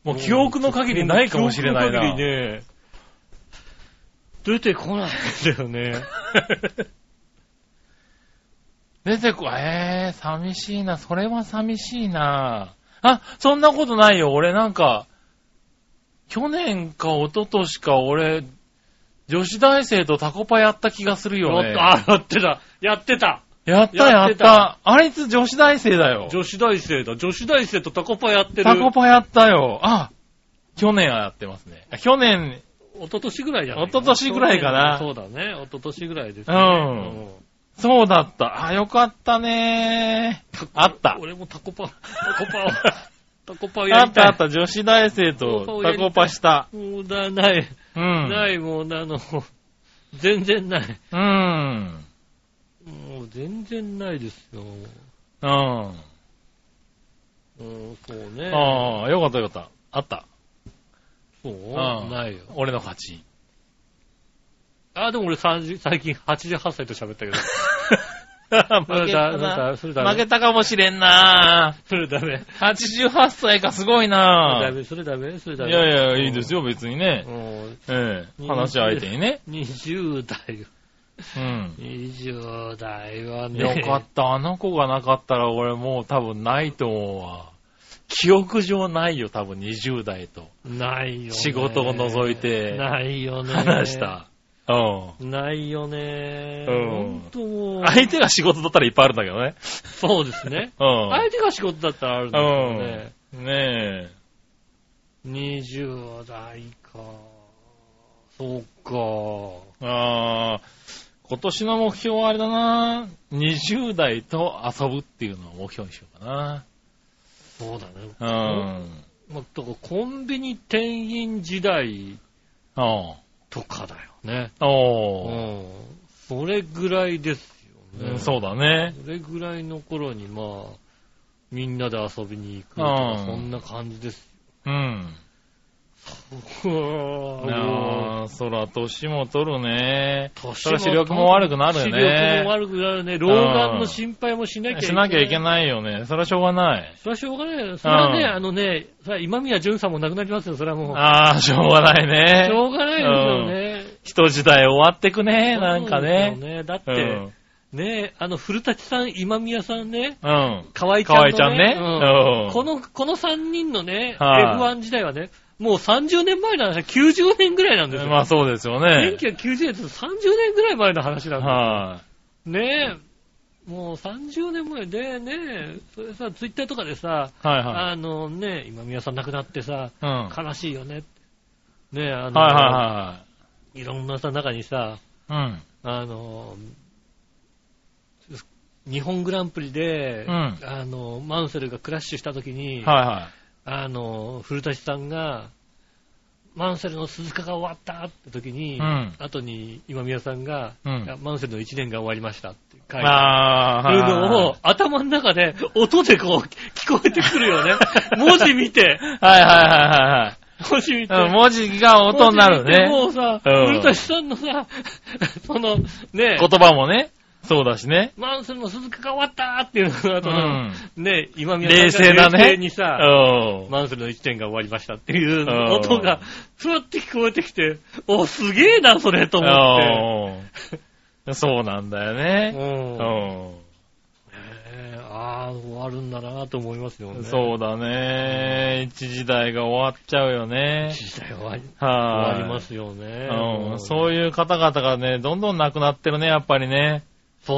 C: う記憶の限りないかもしれないな。
B: 記憶の限りね、出てこないんだよね。
C: 出てこ、えー、寂しいな。それは寂しいな。あ、そんなことないよ。俺なんか、去年か一昨年か俺、女子大生とタコパやった気がするよね。
B: あ、やってた。やってた。
C: やったや
B: や
C: っ
B: ったてた
C: あいつ女子大生だよ。
B: 女子大生だ。女子大生とタコパやってる。
C: タコパやったよ。あ、去年はやってますね。去年、
B: 一昨年ぐらいじゃない
C: 一昨年ぐらいかな
B: そうだね。一昨年ぐらいです
C: う
B: ね。
C: ん。そうだった。あ、よかったね。あった。
B: 俺もタコパ、タ コパを、タコパをや
C: あ
B: り
C: った
B: い。
C: たあった。女子大生とタコパした。
B: もうだ、ない、
C: うん。
B: ない、もう、あの、全然ない。
C: うん。
B: もう全然ないですよ。
C: うん。あ
B: うん、そうね。
C: あ、よかったよかった。あった。
B: そう
C: うん
B: ないよ。
C: 俺の勝 ち。
B: あ、でも俺30最近88歳と喋ったけど。それだ、そ
C: 負
B: れだ、それだ、
C: 負けたかもしれんな
B: それダメ。
C: 88歳かすごい
B: それダ
C: な
B: メ、それダメ、それ
C: い
B: ダ
C: や
B: メ。
C: いや、いいですよ、別にね
B: う。ん。
C: ええ、話し相手にね。
B: 20代、
C: うん。
B: 20代はね。
C: よかった。あの子がなかったら俺もう多分ないと思うわ。記憶上ないよ、多分20代と。
B: ないよね。
C: 仕事を除いて
B: ないよね。
C: 話した。うん。
B: ないよね。
C: うん
B: 本当もう。
C: 相手が仕事だったらいっぱいあるんだけどね。
B: そうですね。
C: う
B: 相手が仕事だったらあるんだけどね。
C: ん。ね
B: 20代か。そうか。
C: え。ああ、今年の目標はあれだな。20代と遊ぶっていうのを目標にしようか
B: そうだね。
C: な。うん。
B: まあ、だからコンビニ店員時代
C: うん。
B: とかだよね。う
C: おー。
B: ん。それぐらいですよ
C: う
B: ね。
C: んそうだね。
B: それぐらいの頃にまあ、みんなで遊びに行くとか
C: う、ん
B: そんな感じです。
C: うん。
B: うわぁもう
C: ああ、そら、年も取るね。
B: 年
C: そら視力も悪くなるよ
B: 視
C: ね
B: 力も悪くなるね。老眼の心配もしなきゃいけ
C: し
B: ない。
C: なきゃいけないよね。そらしょうがない。
B: それはしょうがないよ。それはね、
C: うん
B: あのね、それは今宮淳さんも亡くなりますよ、それはもう。
C: ああ、しょうがないね。
B: しょうがないですよね。
C: 人時代終わってくね、なん
B: そ
C: か
B: う
C: ね。
B: ですよねだっ
C: う
B: て、
C: ん。
B: ね、あの、古舘さん、今宮さんね、
C: うん。
B: 河合ちゃんの、
C: 河合ちゃんね。
B: うん
C: うん
B: この、この3人のね、
C: はい
B: F1 時代はね、もう30年前の話、90年ぐらいなんですよ。
C: まあそうですよね。
B: 1990年と30年ぐらい前の話なんだ
C: は
B: ねえ、もう30年前でね、それさ、ツイッターとかでさ、
C: い。はいはい。
B: あのね、今宮さん亡くなってさ、
C: うん。はい
B: 悲しいよね。ねえ、あの、
C: はい
B: ろんなさ、中にさ、
C: いはい。うん。
B: あの、日本グランプリで、
C: うん
B: あの、マンセルがクラッシュした時に、
C: はいは
B: あの、古舘さんが、マンセルの鈴鹿が終わったって時に、
C: うん
B: 後に今宮さんが、
C: い。う
B: いや
C: ん。
B: マンセルの1年が終わりましたって書いて
C: ああ、
B: そういう
C: はい
B: のを頭の中で音でこう聞こえてくる よね。文字見て、
C: はいは
B: 文字見
C: い
B: て。
C: はいはい。うん文字が音になるね。
B: 文字見てもうさ、
C: うん
B: 古舘さんのさ、 そのね、
C: 言葉もね。そうだしね。
B: マンセルの鈴鹿が終わったっていうの
C: う
B: と、
C: ん。
B: ね、今宮
C: 冷
B: さん
C: 静
B: が
C: だね。
B: 冷静にさ、
C: うん。
B: マンセルの1点が終わりましたっていう
C: うん
B: 音が、ふわって聞こえてきて、お、すげえな、それ、と思
C: うんそうなんだよ
B: って。
C: ね。
B: うん
C: うん。
B: ねああ、終わるんだなと思いますよね。
C: そうだね。一時代が終わっちゃうよね。
B: 時代は終
C: はい。
B: わりますよね。
C: うん、
B: そう
C: そういう方々がね、どんどん亡くなってるね、やっぱりね。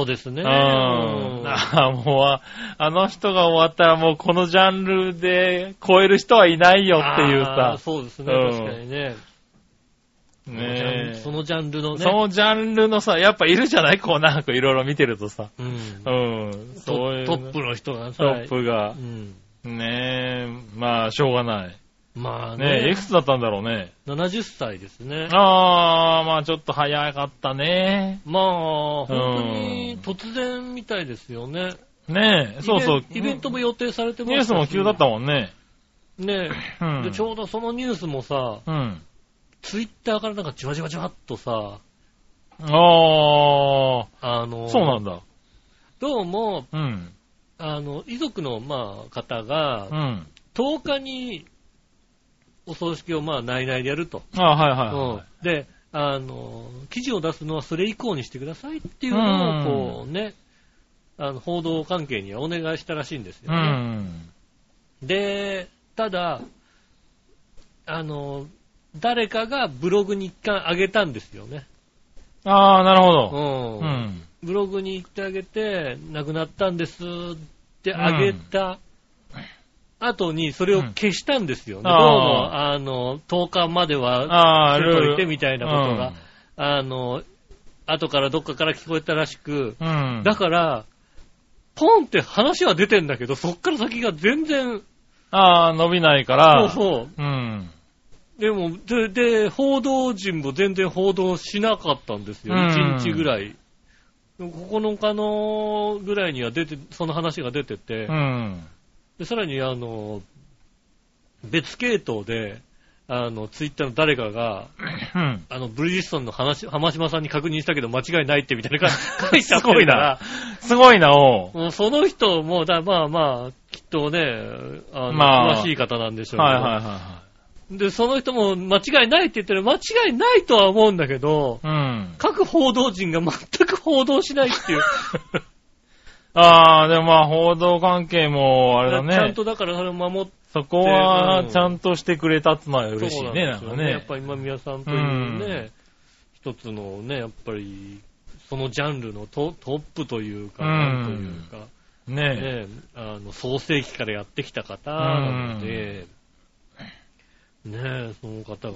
B: ですね。
C: う
B: うん
C: ん。ああ、もうあ、あの人が終わったらもうこのジャンルで超える人はいないよっていう
B: あー
C: さ。
B: そうですね、
C: うん
B: 確かにね。
C: ねえ
B: そのジャンルのね。
C: そのジャンルのさ、やっぱいるじゃないこうなんかいろいろ見てるとさ。
B: うん
C: うん。
B: ト
C: そういう
B: ト
C: の
B: ップの人がさ、
C: トップが
B: う。ん
C: ねえ、まあ、しょうがない。
B: まあ
C: ねえ、い
B: ね
C: くつだったんだろうね。
B: 70歳ですね。
C: ああ、まあちょっと早かったね。
B: まあ、本当に突然みたいですよね。
C: ねえ、そうそう
B: イ。ベンイベントも予定されてま
C: ニュー
B: し
C: ス
B: たし
C: も急だったもんね。
B: ね
C: う
B: え。
C: ん
B: で、。ちょうどそのニュースもさ、
C: うん。
B: ツイッターからなんかじわじわじわっとさ、
C: あ
B: あの、
C: あ、そうなんだ。
B: どうも、
C: うん。
B: あの、遺族の、まあ、方が
C: う、ん。
B: 10日にお葬式を、まあ、内々でやると。
C: ああはいはいはい。
B: うんで、あの、記事を出すのはそれ以降にしてくださいっていうのを、こうね、あの報道関係にはお願いしたらしいんですよ
C: う
B: ね。
C: ん。
B: で、ただ、あの、誰かがブログに一回上げたんですよね。
C: ああ、なるほど。
B: うん
C: うん。
B: ブログに行ってあげて、亡くなったんですってあげた後に、それを消したんですよね。
C: うん
B: どうも、
C: あ
B: あの、10日までは、
C: ああ、
B: ちょっと
C: ルー
B: いてみたいなことが。あの、後からどっかから聞こえたらしく、
C: うん。うん
B: だから、ポンって話は出てんだけど、そっから先が全然、
C: ああ、伸びないか
B: そう
C: ら。
B: そう。
C: うん。
B: でも、で、で報道陣も全然報道しなかったんですよ。
C: うん
B: 1日ぐらい。9日のぐらいには出て、その話が出てて、
C: うん。
B: でさらに、あの、別系統で、あの、ツイッターの誰かが、
C: うん。
B: あの、ブリヂストンの話、浜島さんに確認したけど間違いないってみたいな 感じ書いちゃって
C: すご
B: る
C: い
B: から
C: な、すごいな、おう。
B: もうその人も、だまあまあ、きっとね、あの、
C: まあ
B: 詳しい方なんでしょうけど、
C: はいはいは
B: で、その人も間違いないって言ってる、間違いないとは思うんだけど、
C: いはい。うん。
B: 各報道陣が全く報道しないっていう。
C: ああ、でもまあ報道関係も、 あれだ
B: ちゃん
C: ね。
B: とだからそれを守っ
C: そこ
B: う
C: は
B: ん
C: ちゃんとしてくれたってのは嬉しいね、なん
B: そう
C: か
B: ですよやっ
C: ね。
B: ぱ今宮さんというね、一つのね、やっぱり、そのジャンルのトトップというか、
C: うん
B: なんというか、
C: ね
B: ね、あの、創世期からやってきた方なので、ね、その方が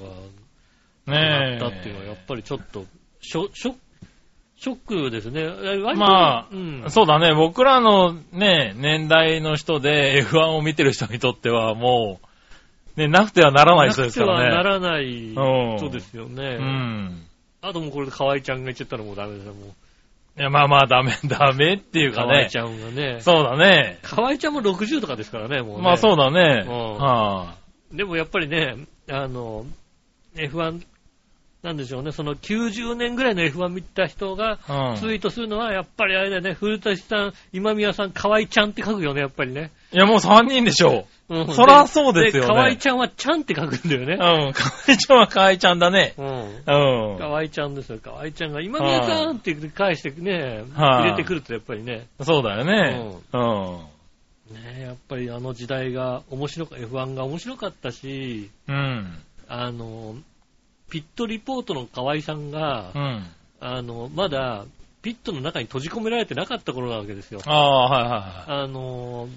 C: え。
B: なっ
C: ねえ。
B: たっていうのは、やっぱりちょっと、ショショショックですね。割と
C: まあ
B: うん、
C: そうだね、僕らのね、年代の人で F1 を見てる人にとってはもう、ね、なくてはならない人ですか
B: なくてはな
C: らね。
B: らない
C: うん
B: 人ですよね。
C: うん。
B: あともうこれで河合ちゃんが言っちゃったらもうダメですよ。も
C: いや、まあまあ、ダメ、 ダメっていう
B: う
C: か
B: 河合
C: ね
B: ち。ゃんがね。
C: そうだね。
B: 河合ちゃんも60とかですからね、もうね。
C: まあそうだね。
B: うん
C: は
B: でもやっぱりね、あの、F1、なんでしょうね、その90年ぐらいの F1 見た人が
C: あうん
B: ツイートするのは、やっぱりあれだよね、古田さん、今宮さん、河合ちゃんって書くよね、やっぱりね。
C: いや、もう3人でしょ
B: うん
C: そらそうですよね
B: 河合ちゃんはちゃんって書くんだよ
C: う。う
B: ね。
C: ん。かわいちゃんはかわいちゃんだね。
B: うん。
C: うん。
B: 河合ちゃんですよ、河合ちゃんが、今宮さんって返してね、
C: はい
B: 入れてくるとやっぱりね、
C: そうだよね。うん。
B: ねやっぱりあの時代が面白か、F1 が面白かったし、
C: うん。
B: あの、ピットリポートの河合さんが、
C: うん。
B: あの、まだ、ピットの中に閉じ込められてなかった頃なわけですよ。
C: ああ、はいは
B: あの、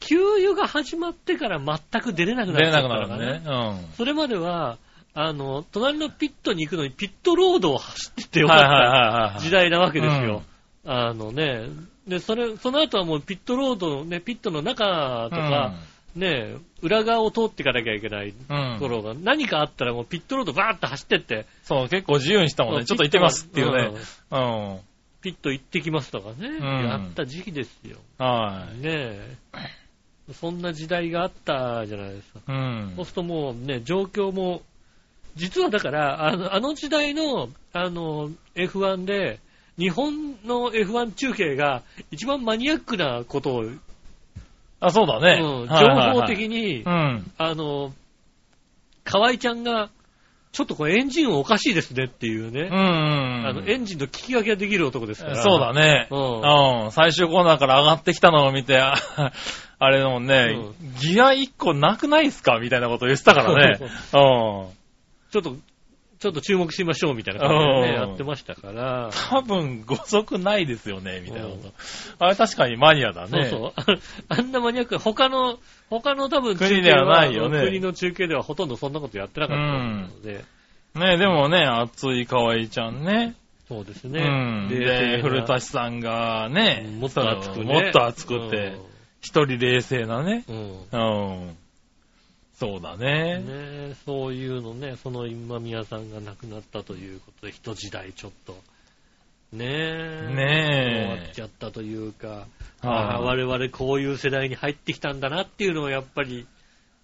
B: 給油が始まってから全く出れなく
C: い
B: な
C: はい。
B: っ
C: 出
B: ちゃ
C: れ
B: った
C: なくなる
B: から
C: ね。う
B: それまでは、あの、隣のピットに行くのにピットロードを走ってて
C: ん。
B: よ
C: は
B: か
C: い
B: っ
C: はい
B: た
C: はいはい。
B: 時代なわけですよ。あのね、で、それ、その後はもうピットロードのね、ピットの中とか、ね、裏側を通っていかなきゃいけない
C: うん。うん。
B: 頃が、何かあったらもうピットロードバーって走ってって、
C: そう、結構自由にしたもんね。ちょっと行ってますっていう
B: う
C: ね
B: ん。
C: うん。
B: ピット行ってきますとかね、
C: ん
B: やった時期ですよ。
C: は
B: ねえ。そんな時代があったじゃないですか。
C: い。うん
B: そう。するともうね、状況も、実はだから、あのあの時代の、あの、F1 で、日本の F1 中継が一番マニアックなことを、
C: あ、そうだね。
B: うん
C: はいはいはい
B: 情報的に、
C: うん。
B: あの、河合ちゃんが、ちょっとこれエンジン音おかしいですねっていう
C: うんう
B: ね、
C: んうん。
B: あのエンジンの聞き分けができる男ですから。
C: そうだね。
B: うん。
C: うん。最終コーナーから上がってきたのを見て、 ああれだもんね、ギア1個なくないっすかみたいなこと言ってたから
B: そう
C: ね。うん。
B: ちょっと、ちょっと注目しましょうみたいな感じでね、
C: うん
B: やってましたから。
C: 多分、5足ないですよね、みたいなこと。あれ確かにマニアだ
B: そう
C: ね。
B: そう。あ あんなマニアック、他の、他の多分中継
C: 国ではないよね
B: 国の中継ではほとんどそんなことやってなかったので、
C: ねでもね、熱い河合ちゃんね。
B: そうです
C: う
B: ね。
C: ん。で、古田さんがね、
B: もっと熱くね。
C: もっと熱くて、一人冷静なね。
B: うん。うん
C: うん。そうだ
B: ね
C: ね。
B: えそういうのね、その今宮さんが亡くなったということで、一時代ちょっと、ねえ、
C: ねえ
B: 終わっちゃったというか、ああ
C: はい
B: 我々こういう世代に入ってきたんだなっていうのをやっぱり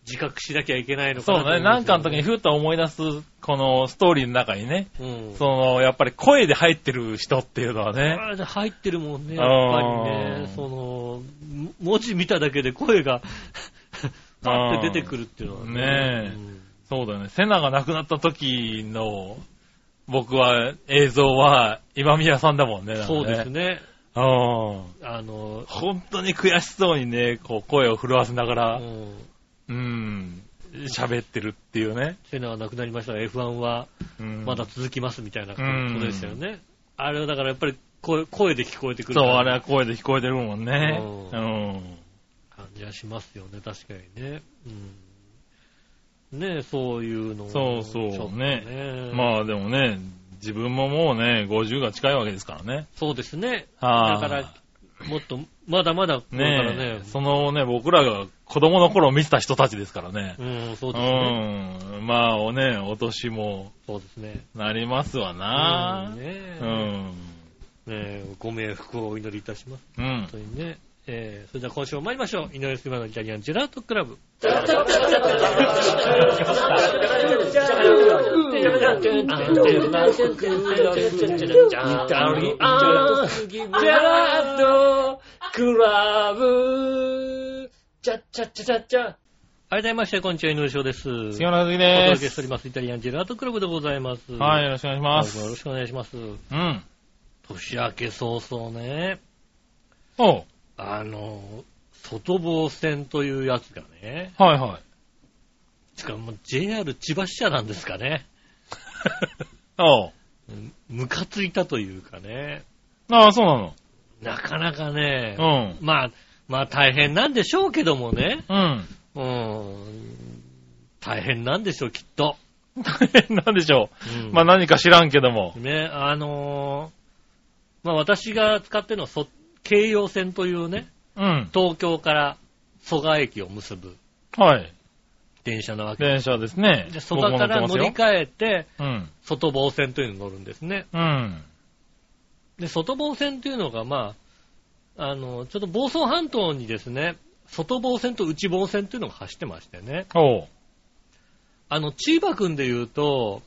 B: 自覚しなきゃいけないのか
C: そう
B: な
C: だね。なんかの時に
B: に、
C: ふっと思い出す、このストーリーの中にね、
B: うん、
C: その、やっぱり声で入ってる人っていうのはね、
B: あれで入ってるもんね、やっぱりね
C: う、ん
B: その、む文字見ただけで声 が、パって出てくるっていうのは
C: ねえそうだよね。セナが亡くなった時の、僕は、映像は、今宮さんだもんね。
B: う
C: なんんか
B: そうです。ね、
C: うん。
B: あの、
C: 本当に悔しそうにね、こう、声を震わせなが
B: う
C: ら、
B: ん、
C: うん、喋ってるっていうね。
B: セナはなくなりましたが、F1 は
C: うん
B: まだ続きますみたいなこ
C: うん
B: とですよね。あれはだからやっぱり声声で聞こえてくる
C: そう、あれ
B: 感
C: は声で聞こえてるもんね。
B: う
C: うん。
B: じはしますよね、確かにね。うん、ねえそういうのを
C: そうそう
B: ちょっと
C: ね
B: ね
C: まあでもね、自分ももうね、50が近いわけですからね。
B: そうですね。
C: は
B: だ
C: い
B: から、もっと、まだまだ、これから
C: ね
B: ね
C: え、そのね、僕らが子供の頃見てた人たちですからね。
B: うん、そううですね。
C: ん。まあおね、お年も
B: そうですね。
C: なりますわ
B: う。
C: なん
B: ね
C: う
B: ね
C: ん。
B: えご冥福をお祈りいたします。
C: うん
B: 本。当にね。えー、それでは今週も参りましょう。井上杉村のイタリアンジェラートクラブ。改めまして、こんにちは、井上翔です。お
C: 杉村和樹
B: お
C: で
B: 届けしてお
C: す。
B: ります。イタリアンジェラートクラブでございます。
C: はい、よろしくお願いしま
B: どうぞよろ
C: す。
B: しくお願いします。
C: うん。
B: 年明け早々ね。
C: おう
B: あの、外房線というやつがね、
C: はい はい。
B: しかも JR 千葉支社なんですかね、
C: おう
B: うんムカついたというかね、
C: ああ、そうなの。
B: なかなかね
C: う、ん。
B: まあ、まあ大変なんでしょうけどもね、
C: うん。
B: うん、大変なんでしょう、きっと。
C: 大変 なんでしょ
B: うん
C: う。まあ何か知らんけども。
B: ね、あのーまあ私が使ってるのはそ、京葉線というね、
C: うん。
B: 東京から蘇我駅を結ぶ
C: はい。
B: 電車なわけで
C: 電車ですね。
B: で、蘇我から乗り
C: 換
B: 換えて、
C: え。うん。
B: 外房線というのに乗るんですね。
C: うん。
B: で、外房線というのが、まあ、あの、ちょっと房総半島にですね、外房線と内房線というのが走ってましてね。
C: おう。
B: あの、千葉君で言うと、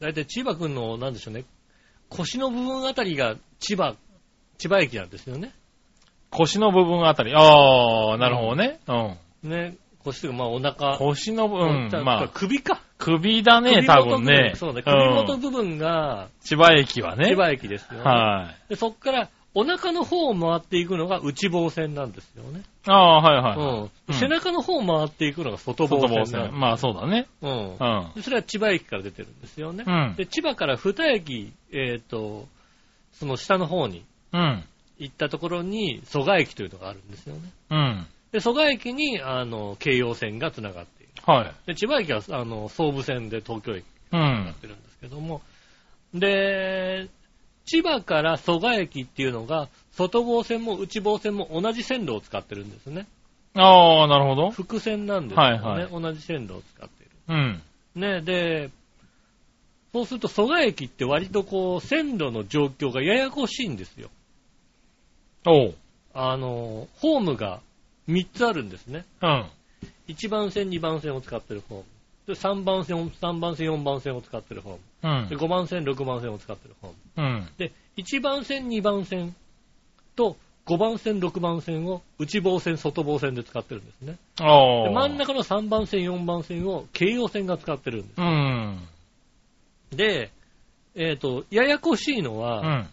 B: 大体千葉君の、なんでしょうね、腰の部分あたりが千葉、千葉駅なんですよね。
C: 腰の部分あたり。ああ、なるほどね。うん。
B: ね、腰というか、まあ、お腹。
C: 腰の部分、
B: だ
C: まあ、
B: 首か。
C: 首だね、
B: 首
C: 多
B: 元部
C: 分
B: 分
C: ね。
B: そうね。
C: うん
B: 首元部分が、
C: 千葉駅はね。
B: 千葉駅ですよね。
C: はい。
B: でそこから、お腹の方を回っていくのが内房線なんですよね。
C: ああ、はいはい。
B: う。
C: うんん
B: 背中の方を回っていくのが外房
C: 外房
B: 線なの。
C: 線。まあそうだね。
B: うん
C: う。ん。
B: でそれは千葉駅から出てるんですよね
C: う。ん。
B: で、千葉から二駅、えっと、その下の方に
C: うん。
B: 行ったところに、蘇我駅というのがあるんですよね。
C: うん。
B: で、蘇我駅に、あの、京葉線が繋がっている。
C: はい。
B: で、千葉駅は、あの、総武線で東京駅
C: うん
B: やっ。てるんですけども、で、千葉から蘇我駅っていうのが、外房線も内房線も同じ線路を使ってるんですね。
C: ああ、なるほど。
B: 複線なんですよね。
C: はいはい
B: 同じ線路を使ってい
C: うん。
B: る。ね、で、そうすると蘇我駅って割とこう、線路の状況がややこしいんですよ。
C: おう。
B: あの、ホームが3つあるんですね。
C: うん。
B: 1番線、2番線を使ってるホーム。で3番線、3番線、4番線を使ってるホーム。
C: う
B: で
C: ん。
B: 5番線、6番線を使ってるホーム。
C: うん。
B: で、1番線、2番線と5番線、6番線を内房線、外房線で使ってるんですね。
C: ああ。
B: で真ん。中の3番線、4番線を京葉線が使ってるんで
C: うん。
B: す。で、えっ、と、ややこしいのは、
C: うん。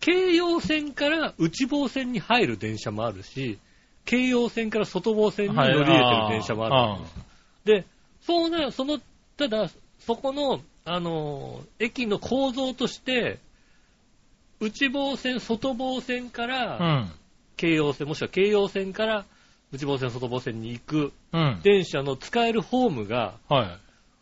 B: 京葉線から内房線に入る電車もあるし、京葉線から外房線に乗り入れてる電車もあるんです。で、そうな、その、ただ、そこの、あのー、駅の構造として、内房線、外房線か
C: う
B: ら、
C: ん。
B: 京葉線、もしくは京葉線から、内房線、外房線に行く
C: うん。
B: 電車の使えるホームが
C: はい。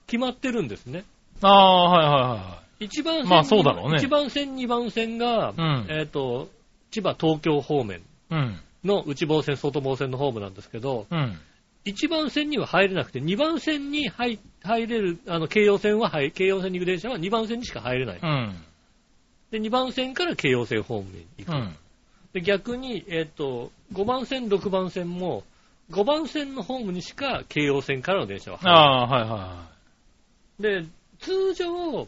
B: 決まってるんですね。
C: ああ、はいはいは
B: 一番線、
C: まあそうだろうね
B: 一番線、二番線が、
C: ん
B: えっ、と、千葉、東京方面
C: い。うん。
B: の内房線、外房線のホームなんですけど、
C: うん。
B: 1番線には入れなくて、2番線に入入れる、あの、京葉線は入、京葉線に行く電車は2番線にしか入れない。
C: うん。
B: で、2番線から京葉線方面に行く。
C: うん。
B: で、逆に、えっ、と、5番線、6番線も、5番線のホームにしか京葉線からの電車は入
C: ああ、はいはいは
B: れない。で、通常、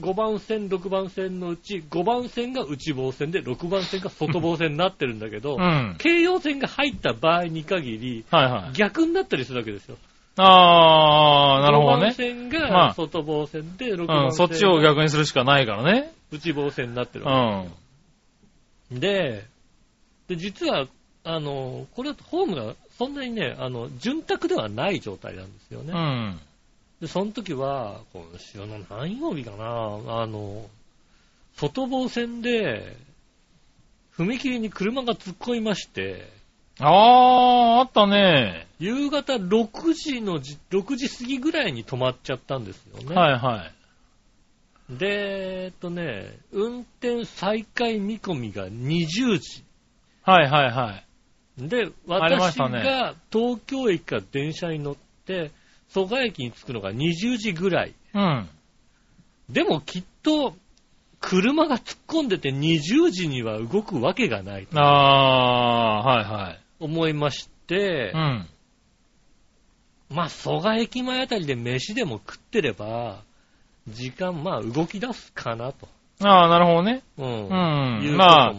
B: 5番線、6番線のうち、5番線が内房線で、6番線が外房線になってるんだけど
C: い。う、ん。
B: 京葉線が入った場合に限り、
C: はいはい。
B: 逆になったりするわけですよ。
C: ああ、なるほど
B: 5
C: ね
B: 番。線
C: ま
B: が
C: あ
B: 外防線で、6
C: う
B: 番
C: ん、そ
B: 線
C: っちを逆にするしかないからね。
B: 内防線になって
C: う
B: る
C: ん。
B: わ
C: は
B: け、で、で、実は、あの、これだとホームがそんなにね、あの、潤沢ではない状態なんですよ
C: い
B: ね。
C: うん。
B: で、その時は、今週の何曜日かな、あの、外防線で、踏切に車が突っ込みまして、
C: ああ、あったね。
B: 夕方6時のじ、6時過ぎぐらいに止まっちゃったんですよね。
C: はいはい。
B: で、えっとね、運転再開見込みが20時。
C: はいはいはい。
B: で、
C: ありま
B: 私
C: したね
B: が東京駅から電車に乗って、蘇我駅に着くのが20時ぐらい。
C: うん。
B: でもきっと、車が突っ込んでて20時には動くわけがないと
C: ああ、は
B: 思いまし
C: い
B: て、
C: はい。うん。
B: まあ蘇我駅前あたりで飯でも食ってれば、時間、まあ動き出すかなと。
C: ああ、なるほどね。
B: うん。
C: うん
B: いうことも
C: まあ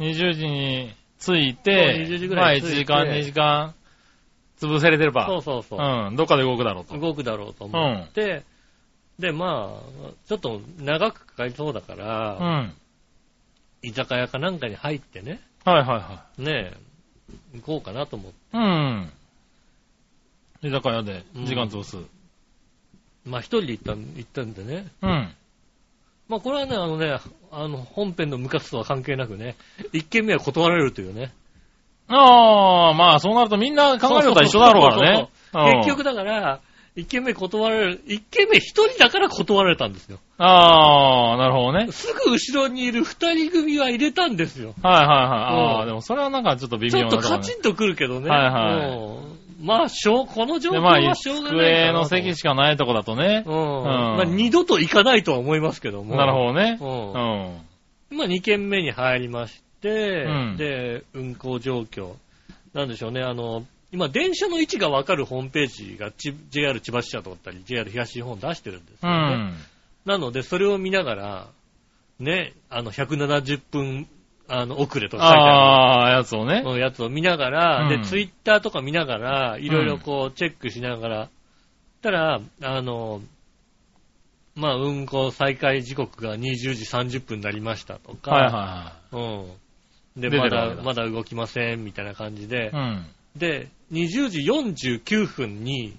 C: 20時に着いて、
B: そう20時ぐ
C: ま
B: ら
C: あ
B: いに
C: 1
B: 着いて
C: 時間、2時間、潰されてれば、
B: そうそうそう。
C: うん、どっかで動くだろうと。
B: 動くだろうと思って、で、まあ、ちょっと長くかかりそうだか
C: う
B: ら、
C: ん。
B: 居酒屋かなんかに入ってね、
C: はいは
B: ねえ、行こうかなと思って。
C: いはい。うん。居酒屋で時間潰す。
B: まあ一人で行ったん行ったんでね。
C: うん。
B: まあこれはね、あのね、あの、本編のムカつとは関係なくね、一軒目は断られるというね。
C: ああ、まあそうなるとみんな考えることは一緒だろうからね。うん
B: 結局だから、一軒目断られる、一軒目一人だから断られたんですよ。
C: ああ、なるほどね。
B: すぐ後ろにいる二人組は入れたんですよ。
C: はいはいはい。あ
B: う
C: あ、
B: ん
C: でもそれはなんかちょっと微
B: ち
C: 妙
B: ょ
C: な
B: っ
C: と
B: と
C: こ
B: カ
C: ろね
B: チンとくるけどね。
C: はいはい
B: うんまあ、しょう、この状況
C: で、ま
B: は
C: あ、
B: しょうがない
C: 机
B: かな
C: の
B: と
C: 席しかないとこだとね
B: う。ん。
C: ん
B: まあ、二度と行かないとは思いますけども。
C: なるほどね。
B: うん
C: うん。
B: まあ、2軒目に入りまして、
C: うん
B: で、運行状況。なんでしょうね、あの、今、電車の位置がわかるホームページがち JR 千葉支社だったり、JR 東日本出してるんです
C: う
B: よね。
C: ん。
B: なので、それを見ながら、ね、あの、170分、あの、遅れとか書いてある。
C: ああ、やつを ね。
B: のやつを見ながら、
C: うん
B: で、ツイッターとか見ながら、いろいろこう、チェックしながら、たら、あの、まあ、運行再開時刻が20時30分になりましたとか、
C: はいは
B: うん。で、
C: 出て
B: ま
C: るわけ
B: だ、
C: だ
B: まだ動きません、みたいな感じで
C: い。う。ん。
B: で、20時49分に、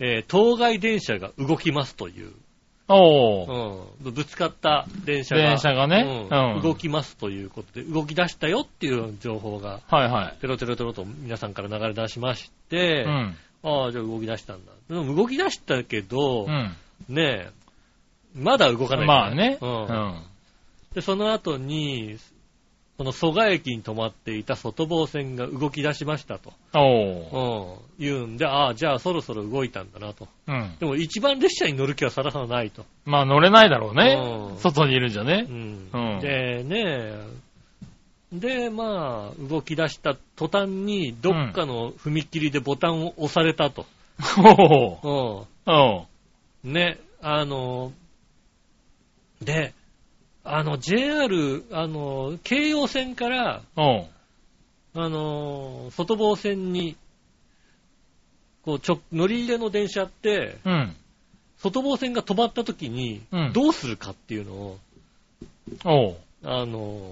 B: えー当該電車が動きますという、
C: おー。
B: うん、ぶつかった電車が
C: 電車がね
B: うん
C: うん
B: 動きますということで、動き出したよっていう情報が、
C: はいはい。
B: テロテロテロと皆さんから流れ出しまして、
C: うん。
B: ああ、じゃあ動き出したんだ。でも動き出したけど、
C: うん。
B: ねえ、まだ動かない、
C: まあね。う
B: うん
C: ん。
B: で、その後に、この蘇我駅に止まっていた外房線が動き出しましたと、
C: お
B: う
C: ー。
B: ん、言うんで、ああ、じゃあそろそろ動いたんだなと。
C: うん。
B: でも一番列車に乗る気はさらさらないと。
C: まあ乗れないだろう
B: う
C: ね。
B: ん
C: 外にいるんじゃね
B: う。ん
C: うん
B: で、ねで、まあ、動き出した途端に、どっかの踏切でボタンを押されたと。
C: おー。
B: うん
C: おー。
B: ね、あの、で、あの、JR、あの、京葉線から、
C: おー。
B: あのー外房線に、こう、ちょ、乗り入れの電車って、
C: うん。
B: 外房線が止まった時に
C: うん、
B: どうするかっていうのを、
C: おー。
B: あのー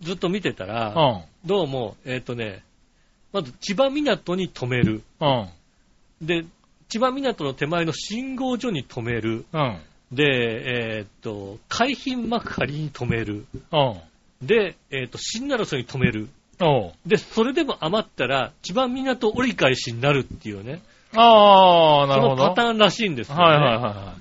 B: ずっと見てた
C: う
B: ら、
C: ん。
B: どうも、えっ、とね、まず千葉港に止める。
C: うん。
B: で、千葉港の手前の信号所に止める。
C: うん。
B: で、えっ、と、海浜幕張に止める。
C: おー。
B: で、えっ、と、新奈良署に止める。
C: おー。
B: で、それでも余ったら、千葉港折り返しになるっていうね。
C: ああ、な
B: そ
C: るほ
B: の
C: ど。
B: パターンらしいんですよ、ね。
C: はいはいは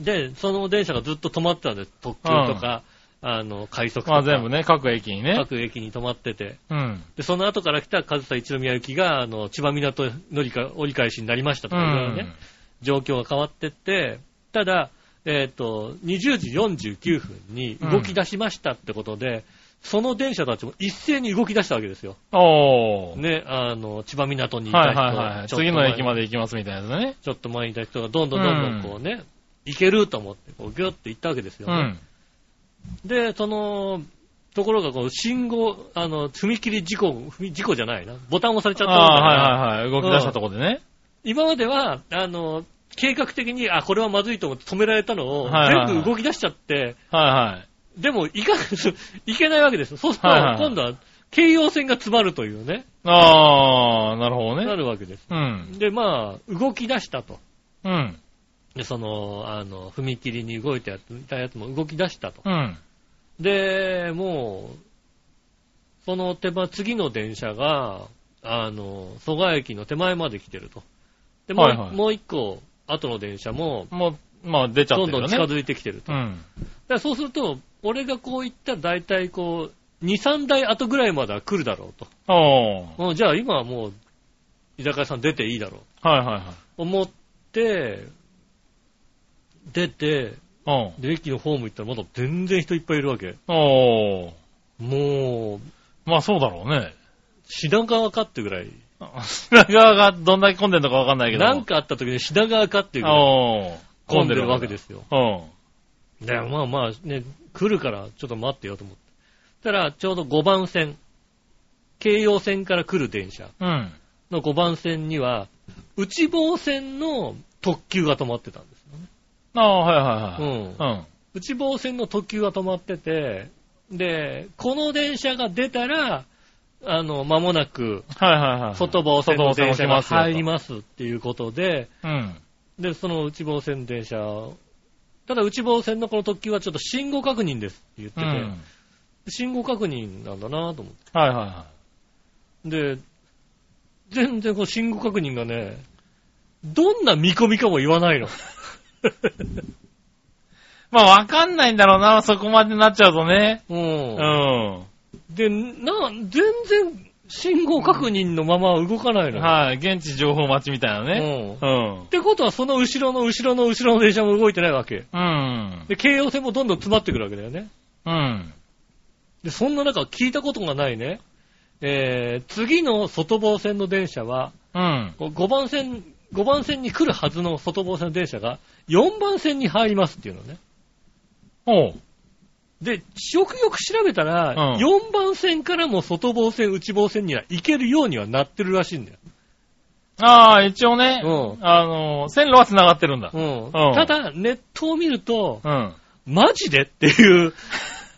C: い。
B: で、その電車がずっと止まってたんです。特急とか、あの、快速とか。
C: まあ全部ね、各駅にね。
B: 各駅に止まってて。
C: うん。
B: で、その後から来た上総一宮行きが、あの、千葉港乗りか折り返しになりましたと
C: う
B: かいうね、
C: ん。
B: 状況が変わってって、ただ、えっ、と、20時49分に動き出しましたってことで、その電車たちも一斉に動き出したわけですよ。
C: おー。
B: ね、あの、千葉港にいた人、
C: はいはいはい。
B: ちょっと
C: 次の駅
B: 前
C: ま
B: に
C: で行きますみたいなね。
B: ちょっと前にいた人がどんどんどんどんこうね、行けると思って、こうギュッて行ったわけですよ
C: う
B: ね、
C: ん。
B: で、その、ところがこう、信号、あの、踏切事故、踏事故じゃないな。ボタン押されちゃったもんだから
C: ああ、はいはいはい。動き出したとこでね。
B: 今までは、あの、計画的に、あ、これはまずいと思って止められたのを、
C: はいはいはい
B: 全部動き出しちゃって、
C: はいはい。
B: でも、いか、 いけないわけですよ。そうすると、
C: はいはいはい
B: 今度は、京葉線が詰まるというね、
C: ああ、なるほど
B: な
C: ね。
B: るわけです。
C: うん。
B: で、まあ、動き出したと。
C: うん。
B: で、その、あの、踏切に動いたやついたやつも動き出したと。
C: うん。
B: で、もう、その手間、次の電車が、あの、蘇我駅の手前まで来てると。で、もう、
C: はいはい
B: もう一個、後の電車も、
C: もう、まあ出ちゃっ
B: ど
C: て
B: ん
C: る
B: ど
C: よ
B: ん
C: ね。
B: 近づいてきてると。
C: うん。
B: だからそうすると、俺がこう言ったら大体こう、2、3台後ぐらいまでは来るだろうと。
C: おー。
B: うんじゃあ今はもう、居酒屋さん出ていいだろう。
C: はいはいはい。
B: 思って、出て、
C: おー。
B: で、駅のホーム行ったらまだ全然人いっぱいいるわけ。
C: おー。
B: もう、
C: まあそうだろう ね。
B: 品川かってぐらい。
C: 品川がどんだけ混んでんのかわかんないけど。
B: なんかあった時に品川かっていうぐらい
C: おー。。
B: 混んでるわけですすよ。
C: うん。
B: で、まあまあね、来るからちょっと待ってよと思って。たら、ちょうど5番線、京葉線から来る電車。
C: うん。
B: の5番線には、内房線の特急が止まってたんですよね。
C: ああ、はいはいはい。うん。
B: 内房線の特急が止まってて、で、この電車が出たら、あの、間もなく、
C: はいはいはい。
B: 外房線の電車が入り
C: ま
B: ますっていうことで、
C: す。うん。
B: で、その内房線電車を、ただ内房線のこの特急はちょっと信号確認ですって言って
C: う
B: て、
C: ん。
B: 信号確認なんだなと思っ
C: はいはいは
B: て。で、全然こう信号確認がね、どんな見込みかも言わ ないの。
C: い。まあわかんないんだろうな、そこまでなっちゃうとね。
B: うん
C: うん。
B: で、な、全然信号確認のまま動かないの。
C: はい、現地情報待ちみたいな
B: うん
C: ね。
B: っ
C: うん。
B: てことは、その後ろの後ろの後ろの電車も動いてないわけ。
C: うん。
B: で、京葉線もどんどん詰まってくるわけだよね。
C: うん。
B: で、そんな中、聞いたことがないね。えー、次の外房線の電車は、
C: うん。
B: 5番線、5番線に来るはずの外房線の電車が、4番線に入りますっていうのね。
C: おう。
B: で、よくよく調べたら、
C: うん
B: 4番線からも外房線、内房線には行けるようにはなってるらしいんだよ。
C: ああ、一応ね、
B: う
C: あの、線路は繋がってるんだ。
B: うん
C: うん
B: ただ、ネットを見ると、
C: うん。
B: マジでって いう、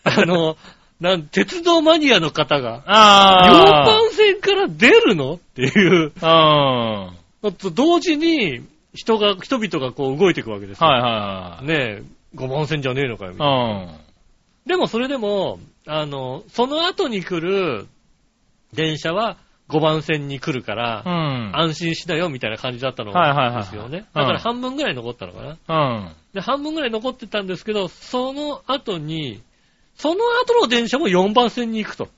B: あの、なん鉄道マニアの方が、4
C: あ
B: 番線から出るのっていう、
C: あ。うん。
B: のと同時に、人が、人々がこう動いていくわけですよ。
C: はいはい
B: ねえ、5番線じゃねえのかよ、みたいな
C: はい。
B: でもそれでも、あの、その後に来る電車は5番線に来るから
C: う、ん。
B: 安心しなよ、みたいな感じだったの
C: はいはいは
B: で
C: い
B: すよね。
C: うん
B: だから半分ぐらい残ったのかな。
C: うん。
B: で、半分ぐらい残ってたんですけど、その後に、その後の電車も4番線に行くと。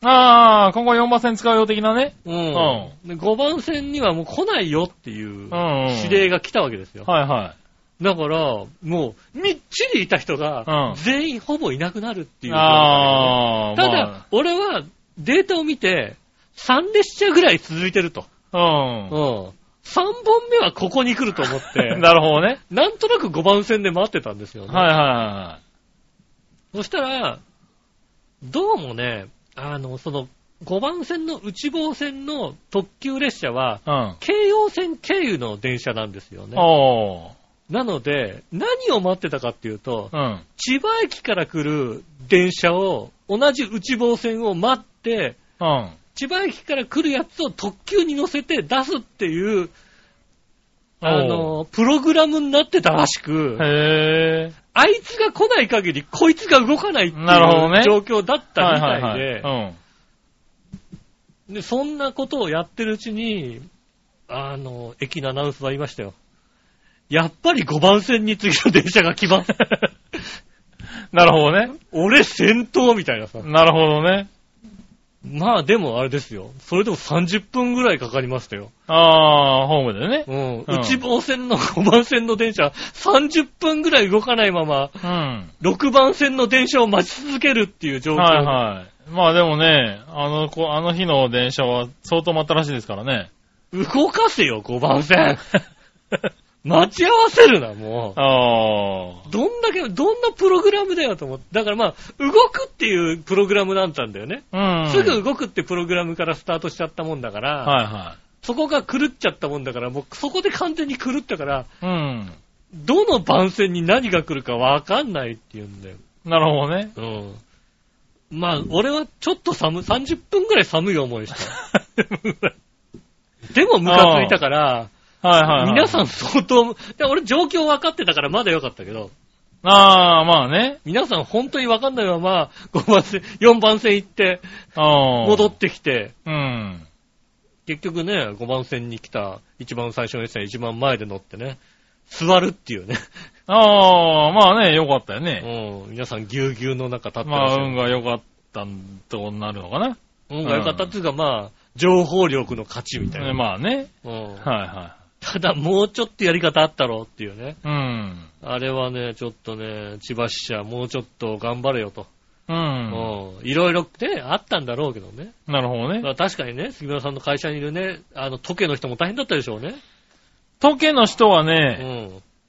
C: ああ、今後4番線使うよ的なね。
B: うんで5番線にはもう来ないよっていう
C: うん。
B: 指令が来たわけですよ。
C: はいは
B: だから、もう、みっちりいた人が
C: うん、
B: 全員ほぼいなくなるって
C: い。
B: いう。
C: ああ、
B: ただ、俺はデータを見て、3列車ぐらい続いてると。
C: まあ、
B: うん。3本目はここに来ると思っ
C: うん。
B: て、
C: なるほどね。
B: なんとなく5番線で待ってたんですよね。
C: はいは
B: そしたら、どうもね、あの、その、5番線の内房線の特急列車は、
C: いはい。
B: 京葉線経由の電車なんですよ
C: う
B: ね
C: ん。。おー。
B: なので、何を待ってたかっていうと、
C: うん。
B: 千葉駅から来る電車を、同じ内房線を待って、
C: うん。
B: 千葉駅から来るやつを特急に乗せて出すっていう、あの、プログラムになってたらしく、
C: へえ。
B: あいつが来ない限り、こいつが動かないっていう
C: なるほどね
B: 状況だったみたいで、
C: うん。
B: で、そんなことをやってるうちに、あの、駅のアナウンスは言いましたよ。やっぱり5番線に次の電車が来 ます。
C: なるほどね。
B: 俺先頭みたいなさ。
C: なるほどね。
B: まあでもあれですよ。それでも30分ぐらいかかりましたよ。
C: ああ、ホームでね。
B: うん。
C: うん
B: 内房線の5番 線の電車、30分ぐらい動かないまま、
C: うん。
B: 6番線の電車を待ち続けるっていう状況。
C: はいはい。まあでもね、あの子、あの日の電車は相当待ったらしいですからね。
B: 動かせよ、5番線。 待ち合わせるな、もう。
C: あ
B: どんだけ、どんなプログラムだよと思って。だからまあ、動くっていうプログラムだったんだよね。
C: あ。うん。
B: すぐ動くってプログラムからスタートしちゃったもんだから、
C: はいは
B: そこが狂っちゃったもんだから、もうそこで完全に狂ったから、
C: い。うん。
B: どの番線に何が来るかわかんないっていうんだよ。
C: なるほどね。
B: うん。まあ、俺はちょっと寒い、30分ぐらい寒い思い した。でもムカついたから、
C: はいはい、はい。
B: 皆さ
C: ん。
B: ん相当、で俺状況分かってたからまだ良かったけど、
C: ああ、まあね。
B: 皆さん本当に分かんないまま、5番線、4番線行って、
C: ああ。
B: 戻ってきて、
C: うん。
B: 結局ね、5番線に来た、一番最初の列車、一番前で乗ってね、座るっていうね。
C: ああ、まあね、よかったよね。
B: うん。皆さんぎゅうぎゅうの中立って
C: ま
B: ま
C: あ、
B: した
C: 運
B: よ。
C: が良かったんとなるのかな。
B: 運が良かったっていうか、まあ、情報力の勝ちみたいな。
C: まあね。
B: うん
C: はいは
B: ただ、もうちょっとやり方あったろうっていうね。
C: い。うん。
B: あれはね、ちょっとね、千葉支社、もうちょっと頑張れよと。
C: うん。
B: うん。いろいろね、あったんだろうけどね。
C: なるほど
B: だ
C: ね。
B: から確かにね、杉村さんの会社にいるね、あの、時計の人も大変だったでしょうね。
C: 時計の人は
B: う
C: ね、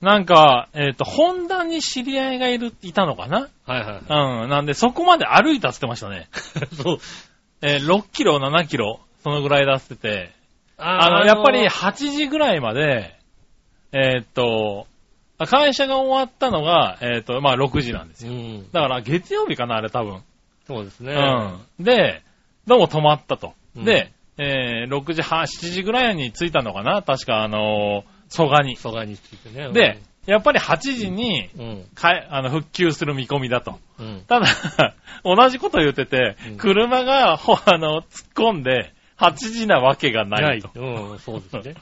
B: ん。
C: なんか、えっ、と、本田に知り合いがいる、いたのかな
B: はいはい。
C: うん。なんで、そこまで歩いたっつってましたね。
B: そう。
C: えー6キロ、7キロ、そのぐらいだっつってて。あ
B: あ
C: の、
B: ー
C: やっぱり8時ぐらいまで、えーっと、あ会社が終わったのが、えーっと、まあ6時なんです
B: う
C: よ。
B: ん。
C: だから月曜日かな、あれ多分。
B: そうですね。
C: うん。で、どうも止まったと。
B: うん
C: で、えー6時半、7時ぐらいに着いたのかな確か、あのー蘇我に。
B: 蘇我についてね。
C: で、やっぱり8時に、
B: うん、
C: かえあの、復旧する見込みだと。
B: うん。
C: ただ、 同じこと言ってて
B: うん、
C: 車が、ほあの、突っ込んで、8時なわけがないと。
B: うん、そうですね。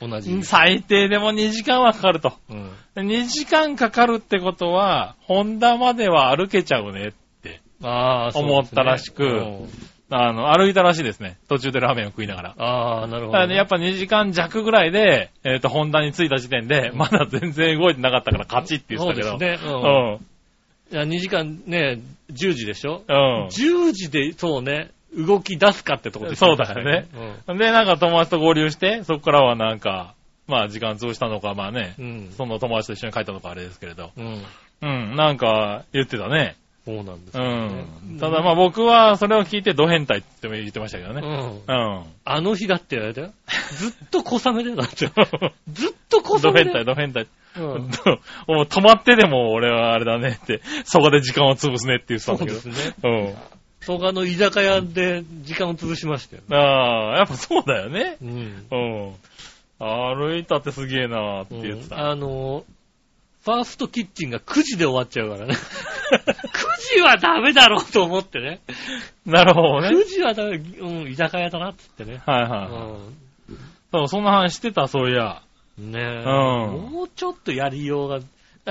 B: うん、同
C: う
B: じ
C: ん。最低でも2時間はかかると。
B: うん。
C: 2時間かかるってことは、ホンダまでは歩けちゃうねって、
B: ああ、そうですね
C: 思ったらしく
B: うん
C: あの、歩いたらしいですね。途中でラーメンを食いながら。
B: ああ、なるほ
C: だか
B: ど
C: ら
B: ね。
C: ねやっぱ2時間弱ぐらいで、えっ、と、ホンダに着いた時点で、まだ全然動いてなかったから勝ちって言ってたけど。
B: そうですね。
C: う
B: うん
C: ん。
B: いや。2時間ね、10時でしょ
C: うん。
B: 10時で、そうね、動き出すかってとこです
C: そうだよね。
B: うん
C: で、なんか友達と合流して、そこからはなんか、まあ時間潰したのか、まあね、
B: うん。
C: その友達と一緒に帰ったのかあれですけれど。
B: うん。
C: うん、なんか言ってたね。
B: そうなんです
C: う
B: よ
C: ん。ただまあ僕はそれを聞いてド変態っても言ってましたけど
B: う
C: ね。
B: ん。
C: うん。
B: あの日だってあれ だよ。ずっと小雨だよ、だって。ずっと小
C: ド
B: 雨だ
C: 変態、
B: よ。
C: ド変態。
B: うん
C: もう止まってでも俺はあれだねって、そこで時間を潰すねって言ってた
B: そう
C: んだけ
B: で
C: ど。
B: すね。
C: うん。
B: 蘇我の居酒屋で時間を潰しましたよ。
C: ああ、やっぱそうだよね。
B: うん。
C: うん。歩いたってすげえなーって言ってた。
B: あのー、ファーストキッチンが9時で終わっちゃうからね。9時はダメだろうと思ってね。
C: なるほどね
B: 9。時はダメ、うん、居酒屋だなって言ってね。
C: はいは
B: う
C: い。そう、そんな話してた、そういや。
B: ん。ねえ。
C: うん
B: もうちょっとやりようが、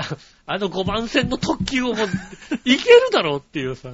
B: あの5番線の特急をもう、 いけるだろうっていうさ。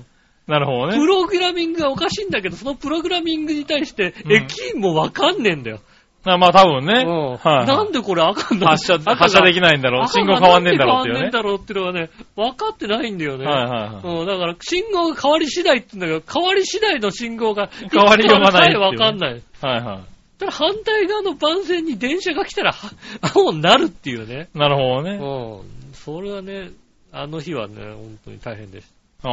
C: なるほ
B: プ
C: どね。
B: ログラミングがおかしいんだけど、そのプログラミングに対して、
C: うん
B: 駅員もわかんねえんだよ。
C: あまあ多分ね。
B: うん
C: はい。
B: なんでこれ赤にな
C: 発車、発車できないんだろう。
B: 赤
C: 信
B: が
C: 号変わんねえんだろうっていう
B: なんで変わんねえん
C: ね。
B: だろうっていうのはね、分かってないんだよね。
C: はいはいはい。
B: うん、だから、信号が変わり次第って言うんだけど、変わり次第の信号が、
C: 変わりようがないっていうね
B: わかんない。
C: はいは
B: ただ反対側の番線に電車が来たら、は青になるっていうね。
C: い。なるほど
B: う
C: ね。
B: ん。それはね、あの日はね、本当に大変でし
C: あ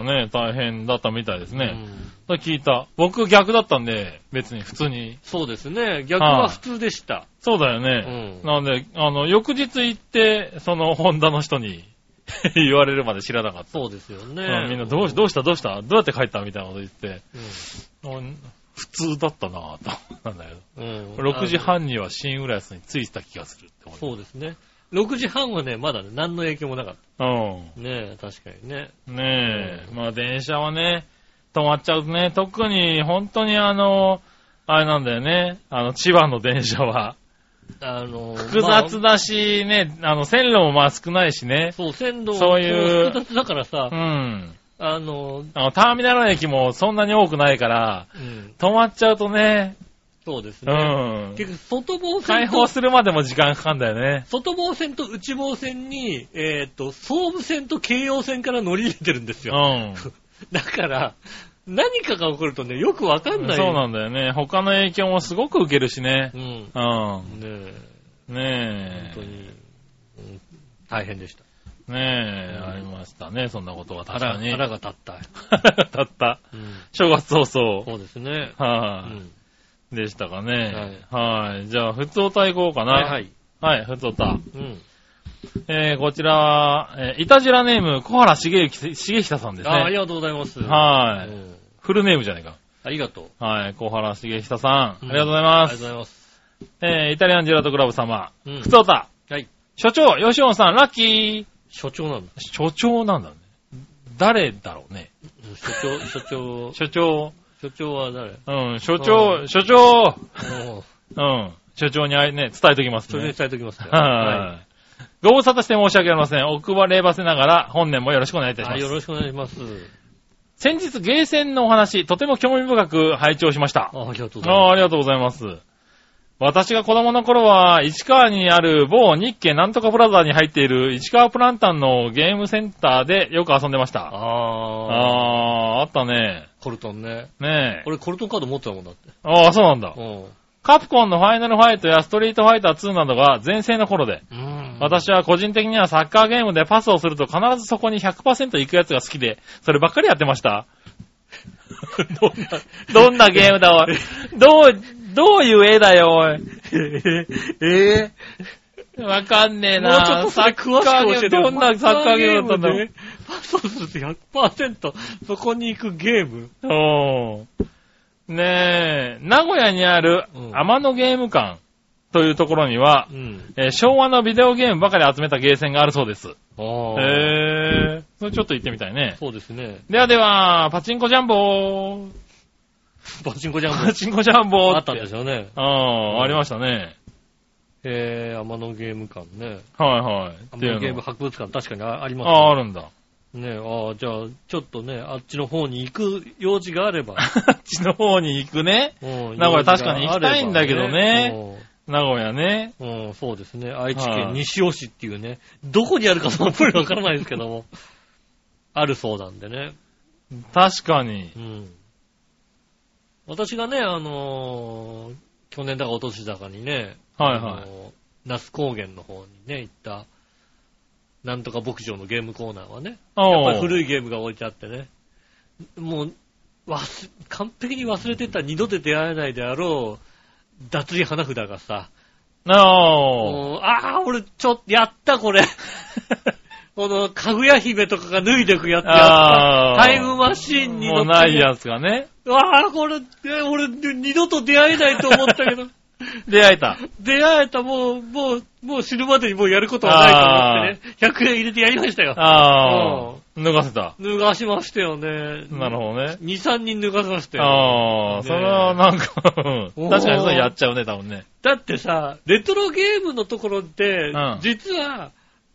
C: あ、ね大変だったみたいです
B: た。う
C: ね。
B: ん
C: と聞いた。僕逆だったんで、別に普通に。
B: そうですね。逆は普通でした。
C: そうだよ
B: う
C: ね。
B: ん。
C: なんで、あの、翌日行って、その、ホンダの人に 言われるまで知らなかった。
B: そうですよね。
C: うんみんなどうし、どうしたどうしたどうやって帰ったみたいなこと言って、
B: う
C: うん普通だったなぁと思ったんだけど。
B: ん。うん。
C: 6時半には新浦安に着いてた気がするって思
B: そうですね。6時半はね、まだね、何の影響もなかっ
C: う。
B: た。ねえ確かにね。
C: うん。ねえ。まあ電車はね、止まっちゃうとね、特に本当にあの、あれなんだよね。あの、千葉の電車は。
B: あのー、
C: 複雑
B: ま
C: だし、ね、あの、線路もまあ少ないし
B: あ
C: ね。
B: そう、線路も
C: そういう
B: 複雑だからさ
C: う、ん。
B: あのー、
C: あの、ターミナル駅もそんなに多くないから、
B: うん、
C: 止まっちゃうとね、
B: そうです
C: う
B: ね。
C: ん。
B: 結局、外房
C: 解
B: 線
C: 放
B: と、
C: するまでも時間かかんだよね。
B: 外房線と内房線に、えーっと、総武線と京葉線から乗り入れてるんです
C: う
B: よ。
C: ん。
B: だから、何かが起こるとね、よくわか
C: そうん
B: ない。
C: なんだよね。他の影響もすごく受けるしね。
B: うん。ね
C: うん。
B: え
C: ね
B: 本当
C: え。
B: に、うん大変でした。
C: ねえ、
B: うん
C: ありましたね。そんなことは確
B: 腹
C: かに。
B: 腹が立った。
C: だった。
B: うん
C: 正月早々。
B: そうですね。う
C: はい、
B: ん。
C: でしたかね。はい。じゃあ、普通歌いこうかな。
B: はいはい。
C: はい。ふつおた。
B: うん。
C: えー、こちらは、えー、いたじらネーム、小原茂之、茂久さんです
B: ああり
C: ね。
B: がとうございます。
C: は
B: う
C: い。
B: ん
C: フルネームじゃないか。
B: ありがとう。
C: はい。小原茂久さん。あ
B: うん
C: りがとうござい
B: あり
C: ま
B: がとう
C: す
B: ご。ざいます。
C: えー、イタリアンジェラートクラブ様。
B: うん
C: ふつおた。
B: はい。
C: 所長、吉本さん、ラッキー。
B: 所長なんだ。
C: 所長なんだね。誰だろうね。
B: うん所長、所長、
C: 所長。
B: 所長は誰
C: うん、所
B: う
C: 長、所長、
B: もう、
C: うん、所長にあいね、伝えときます
B: 所長に
C: ね。
B: 伝えておきますから。
C: はい。ご無沙汰して申し訳ありません。お配りばせながら、本年もよろしくお願いいたしま
B: はい。よ
C: す。
B: ろしくお願いします。
C: 先日、ゲーセンのお話、とても興味深く拝聴しました。
B: あありがとうござい
C: あー
B: ま
C: ありがとうございます。私が子供の頃は、市川にある某日系なんとかプラザに入っている市川プランタンのゲームセンターでよく遊んでまし
B: す。
C: た。
B: ああ
C: ああー、あったね。
B: コルトンね。
C: ねえ。
B: 俺、コルトンカード持ってたもんだって。
C: ああ、そうなんだ。
B: うん。
C: カプコンのファイナルファイトやストリートファイター2などが全盛の頃で、
B: うん
C: 私は個人的にはサッカーゲームでパスをすると必ずそこに100%行くやつが好きで、そればっかりやってました。 どんな、どんなゲームだお い。どう、どういう絵だよおい。
B: え
C: わかんねえ
B: もうちょ
C: な
B: っとそれ詳しく教えて
C: サッカーゲームどんなサッカーゲームだったんだろう。
B: パそうすると100%そこに行くゲーム。
C: おーねえ、名古屋にある
B: うん
C: 天野ゲーム館というところには
B: う、ん。
C: えー昭和のビデオゲームばかり集めたゲーセンがあるそうです。へ
B: ああ。
C: え、それちょっと行ってみたいね。
B: そうですね。
C: ではでは、パチンコジャンボー。
B: パチンコジャ ン
C: パ
B: ボ
C: チンコジャンボー
B: あったんで
C: し
B: しょうね。
C: ょ。ああ、ありましたね。
B: えー、天野ゲーム館ね。
C: はいはい。
B: 天野ゲーム
C: って
B: 博物館確かにああり
C: いう
B: ま
C: のああ、あ
B: す
C: るんだ。
B: ね。ねああ、じゃあ、ちょっとね、あっちの方に行く用事があれ ば。
C: あっちの方に行くね。
B: うん
C: 名古屋確かに行きたいんだけ
B: 用
C: どね。
B: 事があればうん
C: 名古屋ね。
B: うん、そうですね。愛知
C: は
B: 県
C: い
B: 西尾市っていうね、どこにあるかそっぷりわからないですけども、あるそうなんでね。
C: 確かに。
B: うん。私がね、あのー去年だか一昨年だかにね、
C: はい
B: あ
C: はい。
B: のー那須高原の方にね、行った、なんとか牧場のゲームコーナーはね、やっぱり古
C: い。
B: いゲームが置いてあってね、もう、忘完璧に忘れてた二度で出会えないであろう、脱衣花札がさ、
C: あ
B: もうああ、俺、ちょっと、やった、 これ。この、かぐや姫とかが脱いでくやつやった。
C: あー
B: タイムマシー
C: あ。
B: ンに乗
C: も
B: っ
C: う
B: て。
C: ないやつがね。
B: わあ、これ、え俺、二度と出会えないと思ったけ ど、
C: 出会えた。
B: 出会えた、もう、もう、もう死ぬまでにもうやることはないと思ってね、100円入れてやりましたよ。
C: ああ。脱がせた。
B: 脱がしましたよね。
C: なるほどね。
B: 2、3人脱がせましたよ。
C: あ
B: ね
C: あ、それはなんか、うん
B: おー
C: 確かにそれやっちゃうね、多分ね。
B: だってさ、レトロゲームのところって、
C: うん
B: 実は、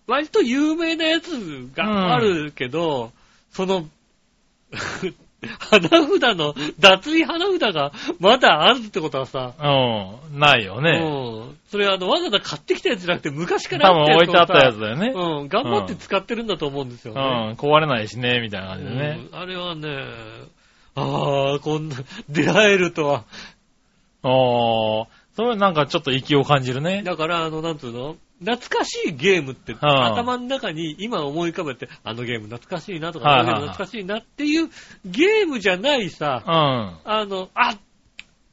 B: 割と有名なやつがあるけど、その、 花札の、脱衣花札がまだあるってことはさ、
C: うん。ないよね。
B: うん。それあの、わざわざ買ってきたやつじゃなくて、昔から
C: 多分置いてあったや
B: つ
C: つだよね。
B: をさ。うん。頑張って使ってるんだと思うんですよ
C: う
B: ね。
C: ん。壊れないしね、みたいな感じでね。
B: うんあれはね、ああ、こんな、出会えるとは。
C: ああ、それなんかちょっと息を感じるね。
B: だから、あの、なんつうの懐かしいゲームって、
C: あ
B: 頭の中に今思い浮かべて、あのゲーム懐かしいなとか、
C: はい
B: あ
C: はい
B: のゲーム
C: はい
B: 懐かしいなっていうゲームじゃないさ、
C: うん。 は
B: あの、あ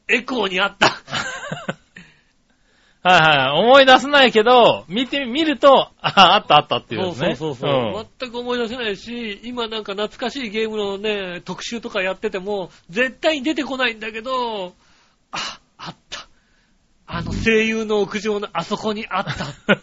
B: エコーにあった。
C: いはい。思い出せないけど、見て、見ると、あ、あったあったっていう
B: そ
C: や
B: う
C: つ
B: そう
C: ね。
B: そうそう、全く思い出せないし、今なんか懐かしいゲームのね、特集とかやってても、絶対に出てこないんだけど、あ、あった。あの声優の屋上のあそこにあった。
C: うん。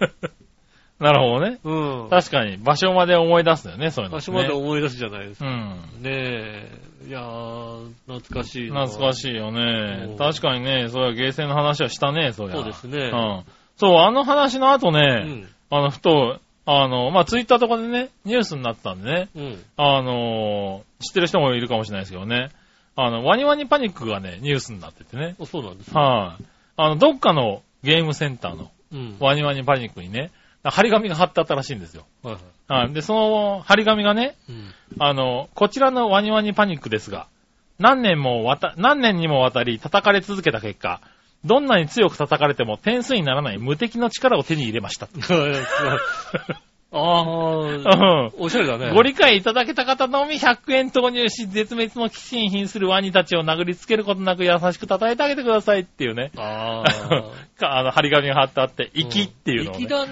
C: なるほどね。
B: うん。
C: 確かに、場所まで思い出すよね、そういうの、ね。
B: 場所まで思い出すじゃないですか
C: うん。
B: ねえ、いやー、懐かしいな。
C: 懐かしいよ
B: うん
C: ね。確かにね、そういゲーセンの話はしたね、そうや。
B: そうですね
C: うん。そう、あの話の後
B: う
C: ね、
B: ん。
C: あの、ふと、あの、まあ、ツイッターとかでね、ニュースになってたんでね、
B: うん。
C: あのー知ってる人もいるかもしれないですけどね。あの、ワニワニパニックがね、ニュースになっててね。
B: あそうなんですね。
C: はい、あ。の、どっかのゲームセンターの
B: うん。
C: ワニワニパニックにね、張り紙が貼ってあったらしいんですよ。
B: はいはい。
C: はい、で、その張り紙がね、
B: うん。
C: あの、こちらのワニワニパニックですが、何年もわた、何年にもわたり叩かれ続けた結果、どんなに強く叩かれても点数にならない無敵の力を手に入れました。う
B: あー、
C: ん
B: おしゃれだね。
C: ご理解いただけた方のみ100円投入し、絶滅の危機に瀕するワニたちを殴りつけることなく優しく叩いてあげてくださいっていうね。
B: あ
C: かあの、張り紙が貼ってあって、
B: ー。
C: 息っていうのを
B: 粋
C: ね、
B: だ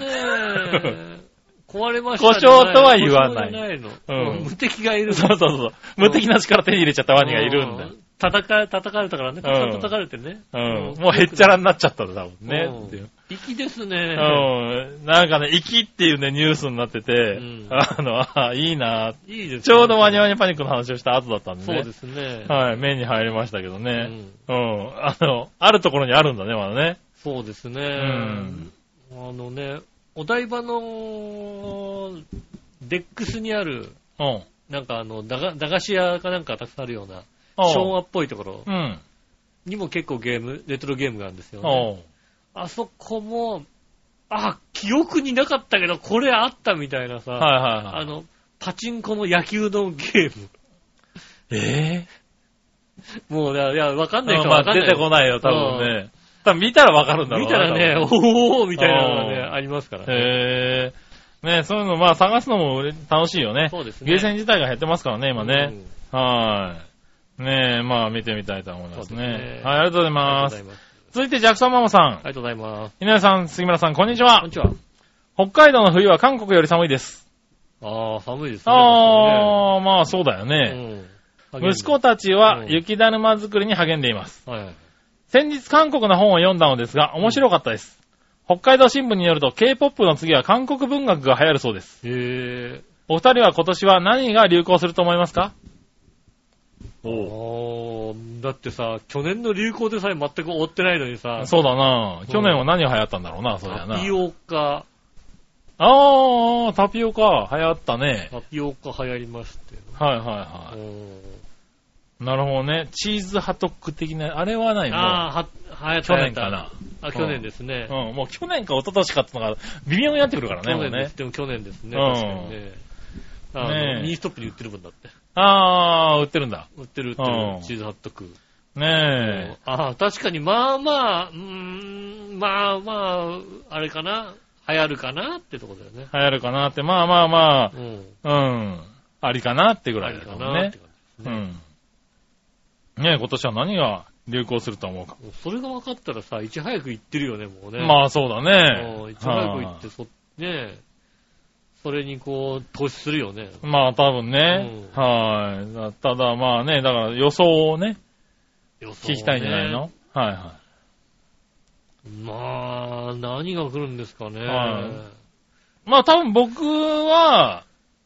B: ね。壊れましたね。
C: 故障とは言わない
B: 故障じゃ
C: うん
B: ないの。無敵がいる。
C: そうそうそう。無敵な力手に入れちゃったワニがいるんだよ。
B: う。叩かれ、叩かれたからね。たくさん叩かれてね。
C: うん。もうへっちゃらになっちゃったんだもんね
B: うん。
C: っていう。
B: 粋です
C: う
B: ね。
C: ん。なんかね、息っていうね、ニュースになってて
B: うん、
C: あの、 あいいな
B: はいいですね
C: ちょうどワニワニパニックの話をした後だったんで
B: そう
C: ね
B: で。すね。
C: はい、目に入りましたけど
B: う
C: ね。
B: ん
C: うん。あの、あるところにあるんだね、まだね。
B: そうですね。
C: ん
B: あのね、お台場のデックスにある、
C: うん。
B: なんかあの、駄菓駄菓子屋かなんかたくさんあるような、
C: おう
B: 昭和っぽいところ
C: うん。
B: にも結構ゲーム、レトロゲームがあるんですよね。
C: おう
B: あそこも、あ、記憶になかったけど、これあったみたいなさ、
C: はいはいはい。
B: あの、パチンコの野球のゲーム。
C: え
B: もうね、いや、わか
C: ぇ
B: んない人
C: ま
B: はわ
C: あ
B: かんない
C: 出
B: よ。
C: てこないよ、多分ね。多分見たらわかるんだろう
B: 見たらね、
C: 多分
B: おおみたいなのがね、
C: うん
B: ありますからね。
C: へぇねそういうの、まあ探すのも楽しいよね。
B: そうですね
C: ゲーセン自体が減ってますからね、今
B: う
C: ね。
B: ん
C: はーい。ねえ、まあ見てみたいと思います
B: そうで
C: ね
B: すね。
C: はい、ありがとうござ
B: あ
C: い
B: りが
C: ま
B: とうござい
C: す。
B: ます。
C: 続いて、ジャクソンママさん
B: あり。がとうございます。
C: 稲田さん、杉村さん、こんにち
B: こん
C: は
B: に。ちは。
C: 北海道の冬は韓国より寒いです。
B: ああ、寒いですね。
C: ああ、まあそうだよ
B: 確か
C: ね。
B: にねうん
C: 息子たちは
B: うん
C: 雪だるま作りに励んでいます。
B: はいはい。
C: 先日韓国の本を読んだのですが、面白かったです。北海道新聞によると K-POP の次は韓国文学が流行るそうです。
B: へえ。
C: お二人は今年は何が流行すると思いますか
B: おーだってさ、去年の流行でさえ全く追ってないのにさ、
C: そうだな
B: ん
C: 去年は何が流行ったんだろうな、それは
B: タ
C: な。
B: ピオカ、
C: ああ、タピオカ、流行ったね。
B: タピオカ流行りまして。
C: はいはいは
B: うん
C: い。なるほどね。チーズハトック的な、あれはないも
B: ああ、は、流行
C: う
B: った
C: 去年か。な。
B: あ、去年ですね。
C: うん、もう去年か一昨年かってのが微妙になってくるからね、
B: 去
C: もう
B: 年で
C: ね
B: す。。でも去年ですね。
C: うん
B: 確かにね。あ
C: ねえ
B: の、ミニストップに売ってるもんだって。
C: ああ、売ってるんだ。
B: 売ってる売ってる
C: うん、
B: チーズハットク。
C: ねえ。
B: ああ、確かに、まあまあ、うーん、まあまあ、あれかな、流行るかなってとこだよね。
C: 流行るかなって、まあまあま
B: うん。
C: あ、うん、ありかなってぐらい
B: あ
C: だ
B: り
C: け
B: か
C: ど
B: なっ
C: ね
B: て。感じ
C: う
B: ですね。
C: ん。ねえ、今年は何が流行すると思うか。
B: もうそれが分かったらさ、いち早く行ってるよね、もうね。
C: まあそうだ
B: うん
C: ね。
B: いち早く行って、そ、ねそれにこう、投資するよね。
C: まあ多分ね。
B: う
C: はい。だただまあね、だから予想をね、
B: 予想をね
C: 聞きたいんじゃないの、はいは
B: まあ、何が来るんですかね。
C: ははい。まあ多分僕は、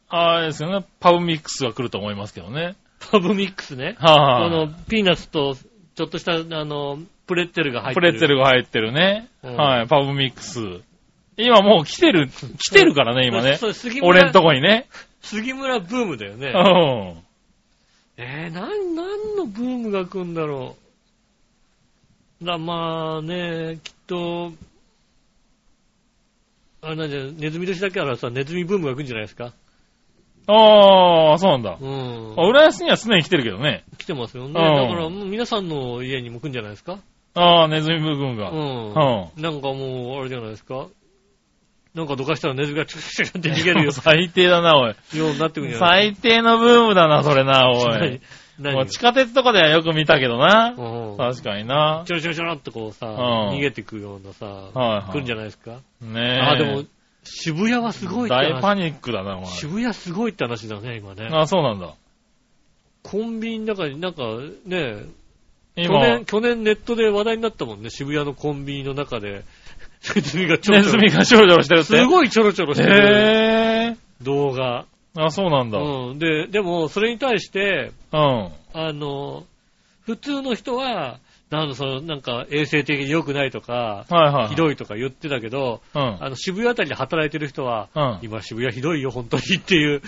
C: あれですよね、パブミックスが来ると思いますけどね。
B: パブミックスね。
C: はい、
B: あの、ピーナッツと、ちょっとした、あの、プレッツェルが入っ
C: プ
B: て
C: レ
B: る。
C: ッツェルが入ってるね。
B: うん
C: はい、パブミックス。今もう来てる、来てるからね、今ね
B: そ。う杉村
C: 俺んとこにね。
B: 杉村ブームだよね
C: う。ん。
B: えー、なん、なんのブームが来るんだろう。だ、まあね、きっと、あれなんじゃ、ネズミ年だけあらさ、ネズミブームが来るんじゃないですか。
C: ああ、そうなんだ。
B: うん。
C: あ浦安には常に来てるけどね。
B: 来てますよね。だ
C: うん
B: から、もう皆さんの家にも来るんじゃないですか。
C: ああ、ネズミブームが。
B: う
C: うん。
B: ん。
C: う
B: なんかもう、あれじゃないですか。なんかどかしたらネズミがチュッチュッチュッって逃げるよ
C: 最低だな、おい。
B: ようになってくるんじゃない
C: 最低のブームだな、それな、おい
B: 何。 何
C: もう地下鉄とかではよく見たけどな。
B: うん
C: 確かにな。
B: ちょろちょろちょろっとこうさ、
C: ん
B: 逃げてくようなさ、
C: はいはい
B: 来るんじゃないですか。
C: ねえ。
B: あ、でも、、渋谷はすごいって
C: 大パ
B: 話。
C: ニックだな、お前。
B: 渋谷すごいって話だね、今ね。
C: あ、そうなんだ。
B: コンビニの中になんかね、去
C: 今、
B: 年、去年ネットで話題になったもんね、渋谷のコンビニの中で、 ネズミがちょ
C: ネ
B: ろち
C: ズ
B: ょろ
C: ミ。が少々してるって。
B: すごいちょろちょろしてる
C: へえ。
B: 動画。
C: あ、そうなんだ。
B: うん。で、でも、それに対して、
C: うん。
B: あの、普通の人は、なんだその、なんか衛生的に良くないとか、
C: はいはい。
B: ひ
C: い。
B: どいとか言ってたけど、
C: うん。
B: あの、渋谷あたりで働いてる人は、
C: うん
B: 今渋谷ひどいよ、本当にって いう、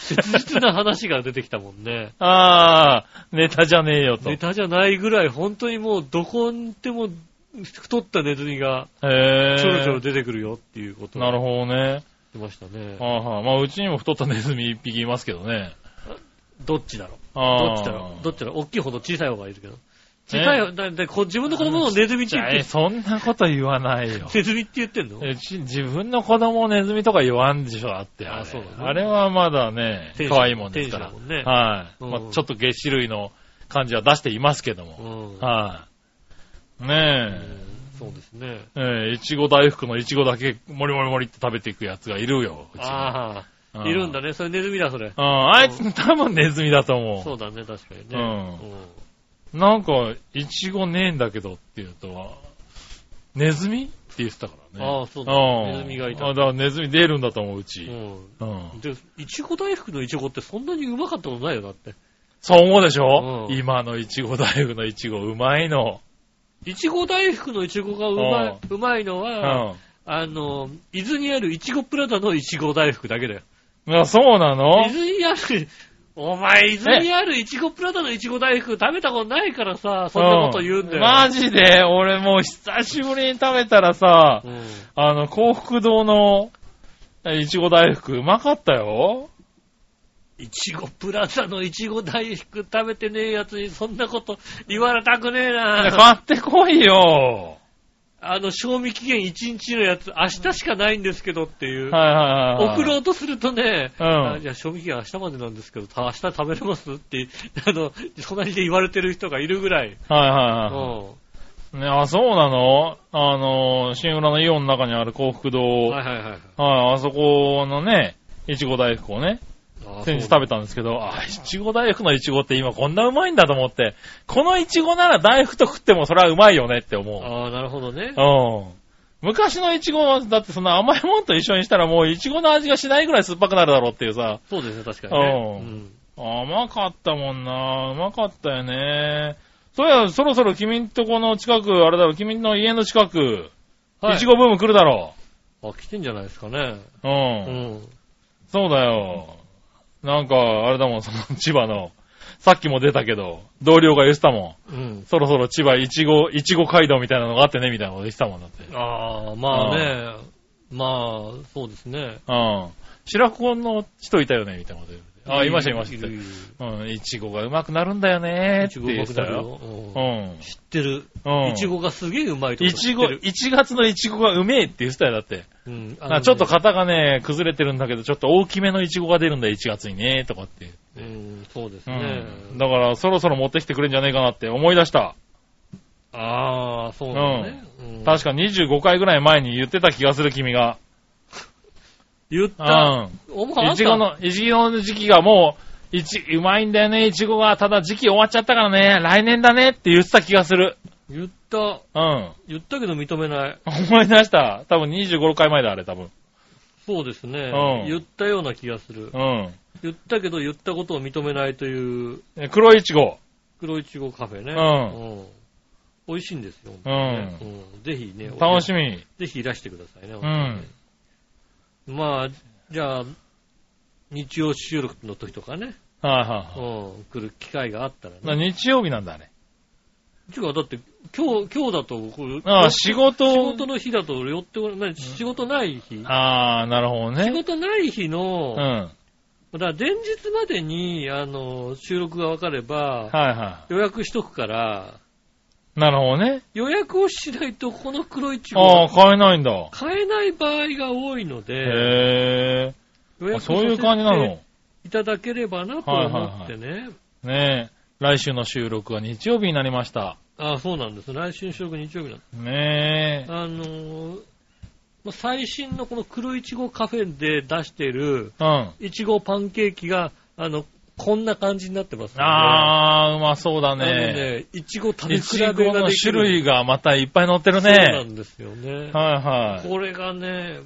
B: 切実な話が出てきたもんね。
C: ああ、ネタじゃねえよと。
B: ネ
C: へ
B: タじゃないぐらい、本当にもうどこにでも太ったネズミが
C: え。
B: ちょろちょろ出てくるよっていうことを
C: なるほどね。
B: 言ってましたね。
C: はあはあ、まあ、うちにも太ったネズミ一匹いますけどね。
B: どっちだろう
C: あ
B: ど
C: あ。
B: っちだろうどっちだろう大きいほど小さい方がいるけど。小さい方、だってこう自分の子供のネズミって
C: じ
B: 言
C: ゃ
B: っ
C: あ
B: て
C: え、そんなこと言わない
B: 。
C: よ
B: ネズミって言ってんの
C: うち自分の子供をネズミとか言わんでしょ、だって。
B: あ
C: あれ
B: そうなの
C: あれはまだね
B: 天、使
C: 可愛いもんですから。
B: 天使だもんね
C: はい。
B: うん
C: まあ、ちょっとげっ種類の感じは出していますけど
B: う
C: も。
B: ん。
C: はい。
B: う
C: ねえ。
B: んそうですね。
C: ええ、いちご大福のいちごだけ、もりもりもりって食べていくやつがいるよ、うちに
B: あ
C: う
B: あ、いるんだね。それネズミだ、それ。
C: うん、あいつ多分ネズミだと
B: そ
C: 思
B: うだね、確かに
C: う
B: ね。
C: ん
B: うん
C: う。なんか、いちごねえんだけどって言うと、ネズミって言ってたからね。
B: ああ、そうだ。
C: うん
B: ネズミがいた
C: あ。だからネズミ出るんだと思う、う
B: う
C: ち。
B: ん。
C: うん。
B: で、いちご大福のいちごってそんなにうまかったことないよ、だって。
C: そう思うでしょ
B: うん
C: 今のいちご大福のいちご、うまいの。
B: いちご大福のいちごがうまい、うまいの
C: う
B: は、
C: ん。
B: あの、伊豆にあるいちごプラザのいちご大福だけだよ。
C: あ、そうなの
B: 伊豆にある、お前、伊豆にあるいちごプラザのいちご大福食べたことないからさ、そんなこと言うんだよ。
C: うマジで、俺もう久しぶりに食べたらさ
B: う、ん
C: あの、幸福堂の、いちご大福、うまかったよ。
B: いちごプラザのいちご大福食べてねえやつにそんなこと言われたくねえな。
C: 買ってこいよ。
B: あの、賞味期限1日のやつ、明日しかないんですけどっていう。
C: はいはいはいはい。
B: 送ろうとするとね、
C: うん
B: あじゃあ賞味期限明日までなんですけど、た明日食べれますって、 あの、隣で言われてる人がいるぐらい。
C: はいは
B: うん
C: いは。い。ね、あ、そうなのあの、新浦のイオンの中にある幸福堂。
B: は
C: はいい、
B: はいはい。
C: あそこのね、いちご大福をね、
B: ああ
C: 先日食べたんですけど、あ、いちご大福のいちごって今こんなうまいんだと思って、このいちごなら大福と食ってもそれはうまいよねって思う。
B: ああ、なるほどね。
C: うん。昔のイチゴは、だってその甘いもんと一緒にしたらもうイチゴの味がしないぐらい酸っぱくなるだろうっていうさ。
B: そうですね、確かにね。
C: うん
B: うん
C: 甘かったもんなうまかったよね。そういや、そろそろ君んとこの近く、あれだろ、君の家の近く、
B: はい
C: いちごブーム来るだろ
B: あ、来てんじゃないですかね。
C: う。。
B: うんん。
C: そうだよ。なんか、あれだもん、その 千葉の、さっきも出たけど、同僚が言ってたも
B: うん
C: ん。。そろそろ千葉いちご、いちご街道みたいなのがあってね、みたいなこと言ってたもんだって。
B: ああ、まあね。まあ、そうですね。
C: うん。白子の人いたよね、みたいなこと言ってあ、いました、いまし
B: い
C: た
B: る。いる
C: うん、いちごがうまくなるんだよね
B: い
C: って
B: ちごう
C: 言っ
B: ま
C: て
B: く
C: た
B: なる
C: よ。
B: よ。
C: う
B: うん
C: ん。
B: 知ってる。
C: うん。
B: いち。ごがすげえうまいとこ
C: い
B: と知
C: ち
B: っ
C: ご、
B: てる。
C: 1月のいちごがうめえって言ってたよ、だって。
B: うんあの
C: あ
B: ね
C: ちょっと型がね、崩れてるんだけど、ちょっと大きめのいちごが出るんだよ、1月にね、とかって。
B: うん、そうです
C: う
B: ね。
C: ん。だから、そろそろ持ってきてくれんじゃねえかなって思い出した。
B: ああ、そうなんだね。うん
C: 確か25回ぐらい前に言ってた気がする、君が。
B: 言っ
C: う
B: た。
C: ん。
B: おもあんた
C: いちごの、いちごの時期がもう、いち、うまいんだよね、いちごが。ただ時期終わっちゃったからね、来年だねって言ってた気がする。
B: 言った。
C: うん。
B: 言ったけど認めない。
C: 思い出した。多分25、6回前だ、あれ、多分。
B: そうですね
C: う。ん
B: 言ったような気がする。
C: うん
B: 言ったけど言ったことを認めないという
C: え。黒いちご。
B: 黒いちごカフェね。
C: うん
B: うん美味しいんですよ。本当にね
C: う
B: うんぜひね。
C: ん。楽しみ。
B: ぜひいらしてくださいね。本
C: う
B: 当に
C: ん
B: ね。まあ、じゃあ、日曜収録の時とかね、
C: はい
B: うん
C: は、
B: 来る機会があったら
C: いは
B: ね。
C: い。日曜日なんだ、あれ。
B: てか、だって、今日、今日だと、これ
C: ああ、仕事。
B: 仕事の日だと寄ってこれない、仕事ない日。
C: ああ、なるほど
B: 仕
C: ね。
B: 事ない日
C: う
B: の
C: ん。、はい
B: だから前日までに、あの、収録が分かれば、
C: は
B: 予約しとくから、
C: い。なるほどね。
B: 予約をしないと、この黒いち
C: あ
B: ご
C: あ、、買えないんだ。
B: 買えない場合が多いので、
C: へ
B: 予
C: え。あ
B: 約
C: そういう感じな
B: させて
C: の。
B: いただければなと思ってね。
C: ねえ。来週の収録は日曜日になりました。
B: ああ、そうなんです。来週の収録日曜日なんです。
C: ねえ。
B: あのーまあ最新のこの黒いちごカフェで出してる、
C: うん。
B: いちごパンケーキが、あの、こんな感じになってますので
C: あー、うまそうだ
B: あの
C: ね。
B: ね、いちご食べ
C: い
B: 比
C: ち
B: べができ
C: ご
B: る。
C: の種類がまたいっぱい乗ってる
B: そうな
C: ね。
B: んですよね。
C: はいはい。
B: これがね、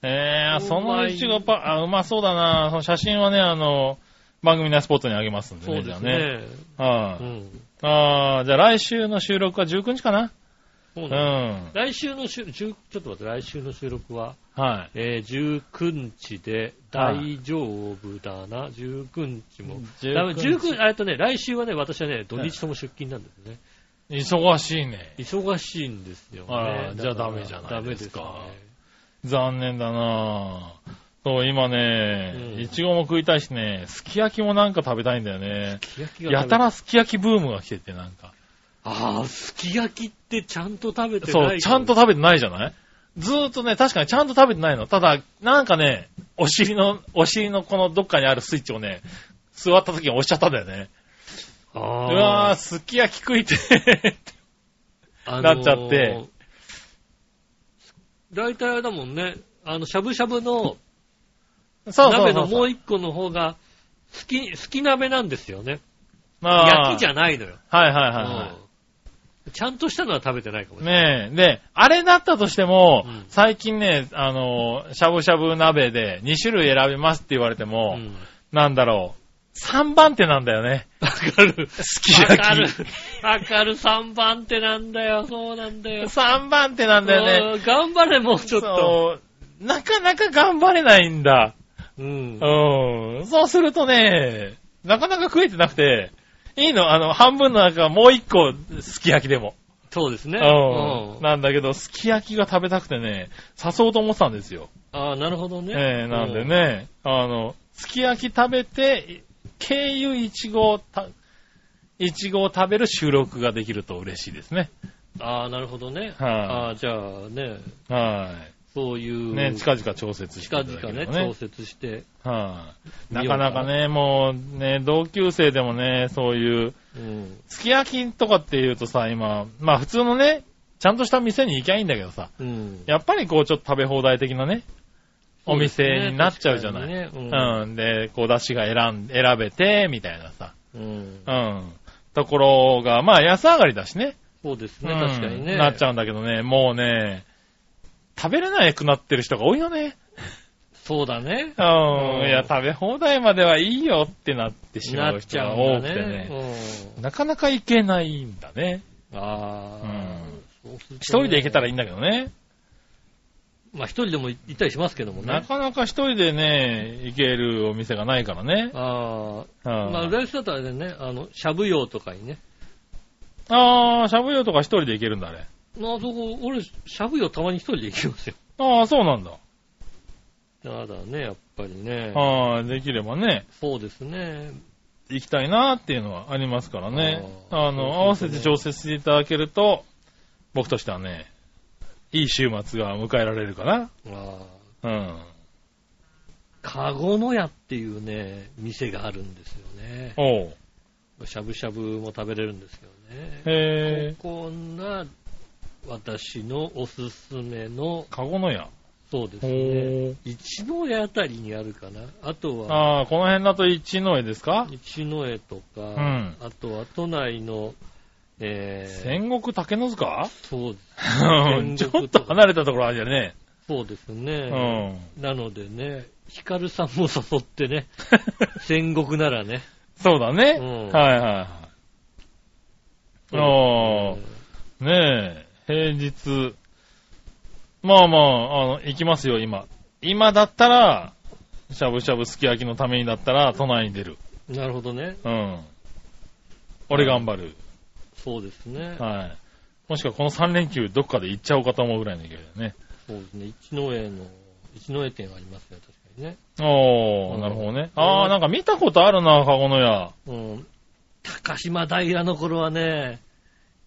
C: えー、そのいちご
B: うま
C: パあ、うまそうだな。その写真はね、あの、番組のスポットにあげますんで
B: そ
C: ね、
B: う
C: じゃ
B: で
C: あ
B: す
C: ね。
B: ね。
C: は
B: う
C: い
B: ん。
C: あーじゃあ来週の収録は19日かな
B: そううなんです
C: ん。
B: 来週の収、ちょちょっと待って、来週の収録は、
C: はい。
B: えー、19日で大丈夫だな、19日も。だめ19、あえっとね、来週はね、私はね、土日とも出勤なんですね。
C: 忙しいね。
B: 忙しいんですよ、ね。
C: あらじゃあ
B: だから
C: ダメじゃないですか
B: ダメで
C: 残念だなそう、今
B: う
C: ね、
B: ん
C: いちごも食いたいしね、すき焼きもなんか食べたいんだよね。
B: すね。すき焼きが食べ
C: やたらすき焼きブームが来てて、なんか。
B: ああ、すき焼きってちゃんと食べてない
C: そう、ちゃんと
B: 食
C: 食べてないじゃないずーっとね、確かにちゃんと食べてないの。ただ、なんかね、お尻の、お尻のこのどっかにあるスイッチをね、座った時に押しちゃったんだよね。
B: べ
C: う
B: ああ
C: わー、すき焼き食いて え
B: あ
C: なっちゃって。
B: 大体あれだもんね、あの、しゃぶしゃぶの
C: そうそうそうそう。
B: 鍋のもう一個の方が、好き、好き鍋なんですよね。
C: あー
B: 焼きじゃないのよ。
C: はいはいはいは
B: うんちゃんとしたのは食べてないかも
C: い。
B: しれない。
C: ねえ、で、あれだったとしても、
B: うん
C: 最近ね、あの、しゃぶしゃぶ鍋で2種類選べますって言われても、
B: うん
C: なんだろう、3番手なんだよね。
B: わかる。
C: すき焼き
B: わかる。わかる。3番手なんだよ。そうなんだよ。
C: 3番手なんだよね。
B: うん頑張れ、もうちょっと。
C: そうなかなか頑張れないんだ。
B: うん。
C: うん。そうするとね、なかなか食えてなくて、いいのあの、半分の中もう一個、すき焼きでも。
B: そうですね。
C: う。
B: うんん
C: なんだけど、すき焼きが食べたくてね、誘おうと思ってたんですよ。
B: ああ、なるほどね。
C: ええなんでね、あの、すき焼き食べて、経由いちごをた、いちごを食べる収録ができると嬉しいですね。
B: うん。ああ、なるほどね。あ
C: は
B: あ、じゃあね、
C: い、は
B: そうい
C: い、
B: う。
C: ね、近々調節して
B: 近
C: いただけ
B: 々
C: れ
B: ね、
C: ば
B: 調節して。
C: はい、なかなかね、もうね、同級生でもね、そういう、
B: うん。
C: すき焼きとかっていうとさ、今、まあ普通のね、ちゃんとした店に行きゃいいんだけどさ、
B: うん。
C: やっぱりこうちょっと食べ放題的なね、お店になっちゃうじゃない。
B: そうですね確かにね
C: うん。で、こう出汁が選ん、選べて、みたいなさ。
B: うん。
C: うん。ところが、まあ安上がりだしね。
B: そうです
C: うん
B: ね、確かにね。
C: なっちゃ
B: う。
C: うんだけどね、もうね、食べれなくなってる人が多いよね。
B: そうだね。
C: うん。
B: うん
C: いや、食べ放題まではいいよってなってしま
B: な
C: う
B: っ
C: 人
B: ちゃ
C: が
B: う
C: 多
B: ん
C: く
B: だ
C: てね。
B: ね。
C: なかなか行けないんだね。
B: うん。ああ
C: うん。
B: そうするとね
C: 一人で行けたらいいんだけどね。
B: まあ一人でも行ったりしますけども
C: な
B: ね。
C: かなか一人でね、行けるお店がないからね。
B: あ
C: うん
B: あ。まあ、浦安だったらあれね、あの、しゃぶ用とかにね。
C: あー、しゃぶ用とか一人で行けるんだ、あれ。
B: まあそこ、俺、しゃぶ用たまに一人で行きますよ。
C: ああ、そうなんだ。
B: ただね、やっぱりね。
C: ああ、できればね、
B: そうですね。
C: 行きたいなーっていうのはありますからね。
B: あー
C: あ
B: そう
C: の、
B: そう
C: 合わせて調節していただけると、僕としてはね、いい週末が迎えられるかな。
B: ああ。
C: うん。
B: かごの屋っていうね、店があるんですよね。
C: おう。
B: しゃぶしゃぶも食べれるんですけどね。
C: へえ。
B: こんな、私のおすすめの、
C: かごのや。
B: そうです
C: お
B: ね。
C: ー。
B: 一の江あたりにあるかな。あとは、
C: ああ、この辺だと一の絵ですか
B: 一の江とか、
C: ん
B: あとは都内の、えー、
C: 戦国竹の塚
B: そう
C: うん ちょっと離れたところあるじゃね。
B: そうです
C: う
B: ね、
C: ん。
B: なのでね、ヒカルさんも誘ってね、戦国ならね。
C: そうだね。
B: うん
C: はいはいはい。
B: う
C: あ
B: ん
C: あ、ねえ、平日。まあまあ、あの、行きますよ、今。今だったら、しゃぶしゃぶすき焼きのためにだったら、都内に出る。
B: なるほどね。
C: うん。俺頑張る。
B: そうですね。
C: はい。もしくはこの3連休、どっかで行っちゃおうかと思うぐらいの勢いだよね。
B: そうですね。一の江の、一の江店ありますね、確かにね。
C: おー、
B: うん
C: なるほどね。あー、なんか見たことあるな、カゴの屋。
B: うん。高島平の頃はね、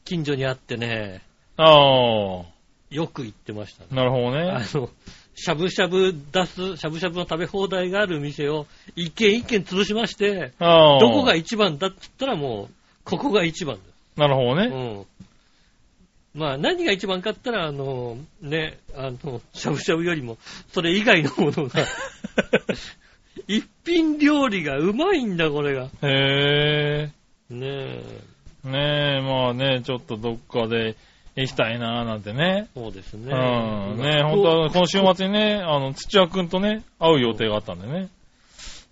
B: 近所にあってね、
C: あー、
B: よく行ってましたね。
C: なるほど
B: あ
C: ね。
B: の、しゃぶしゃぶ出す、しゃぶしゃぶの食べ放題がある店を一軒一軒潰しまして、
C: あー。
B: どこが一番だって言ったらもう、ここが一番です。
C: なるほど
B: う
C: ね。
B: ん。まあ何が一番かって言ったら、あの、ね、あの、しゃぶしゃぶよりも、それ以外のも のが、一品料理がうまいんだ、これが。
C: へー。
B: ねえ、
C: ねえ、まあね、ちょっとどっかで行きたいなーなんてね。
B: そうです
C: う
B: ね。
C: ん。ねえ、本当はこの週末にね、あの、土屋くんとね、会う予定があったんでね。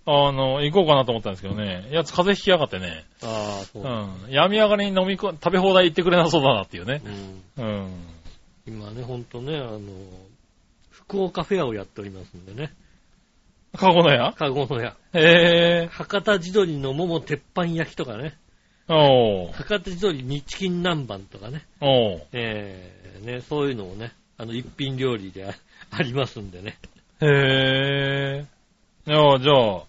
C: あの、行こうかなと思ったんですけどね、やつ風邪ひきやがってね、
B: ああ、そうう、
C: ん。病み上がりに飲みこ、食べ放題行ってくれなそうだなっていうね。
B: うん
C: うん。
B: 今ね、ほんとね、あの、福岡フェアをやっておりますんでね。
C: かごのや
B: カゴの屋。
C: へえ。
B: 博多地鶏の桃鉄板焼きとかね。
C: おう
B: 博多地鶏にチキン南蛮とかね。
C: おう
B: えー、ね、そういうのをね、あの、一品料理であ ありますんでね。
C: へえ。いや、じゃあ、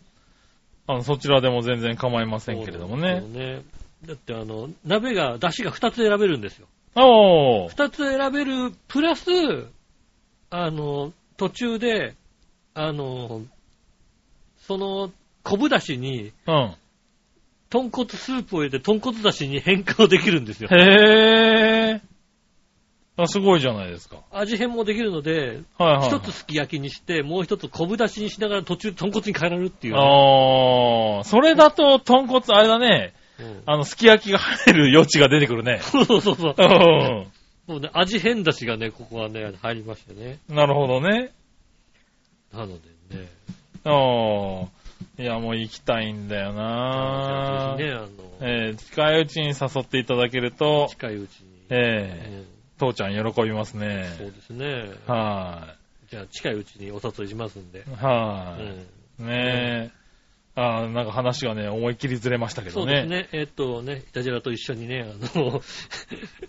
C: あの、そちらでも全然構いませんけれども
B: そ
C: ね。
B: うね。だってあの、鍋が、出汁が2つ選べるんですよ。
C: おう
B: 2つ選べる、プラス、あの、途中で、あの、その、昆布だしに、
C: うん。
B: 豚骨スープを入れて豚骨だしに変更できるん ですよ。
C: へえ。あ、すごいじゃないですか。
B: 味変もできるので、
C: はいはい。
B: 一つすき焼きにして、もう一つ昆布だしにしながら途中で豚骨に変えられるっていうね、
C: ああ、それだと、豚骨、あれだね、
B: うん
C: あの、すき焼きが入る余地が出てくるね。
B: そうそうそうそう。
C: うん
B: そうね、味変だしがね、ここはね、入りましてね。
C: なるほどね。
B: なのでね、
C: ああ、いや、もう行きたいんだよな
B: ぜひね、あの、
C: えー近いうちに誘っていただけると、
B: 近いうちに、
C: えー父ちゃん喜びます
B: うんそう
C: ね。
B: ですね。
C: は
B: じゃあ、近いうちにお誘いしますんで。
C: い。は
B: うん
C: い。ねえ。ああ、なんか話がね、思いっきりずれましたけ
B: そう
C: どね。
B: ですね。えっとね、イタジェラと一緒にね、あ の、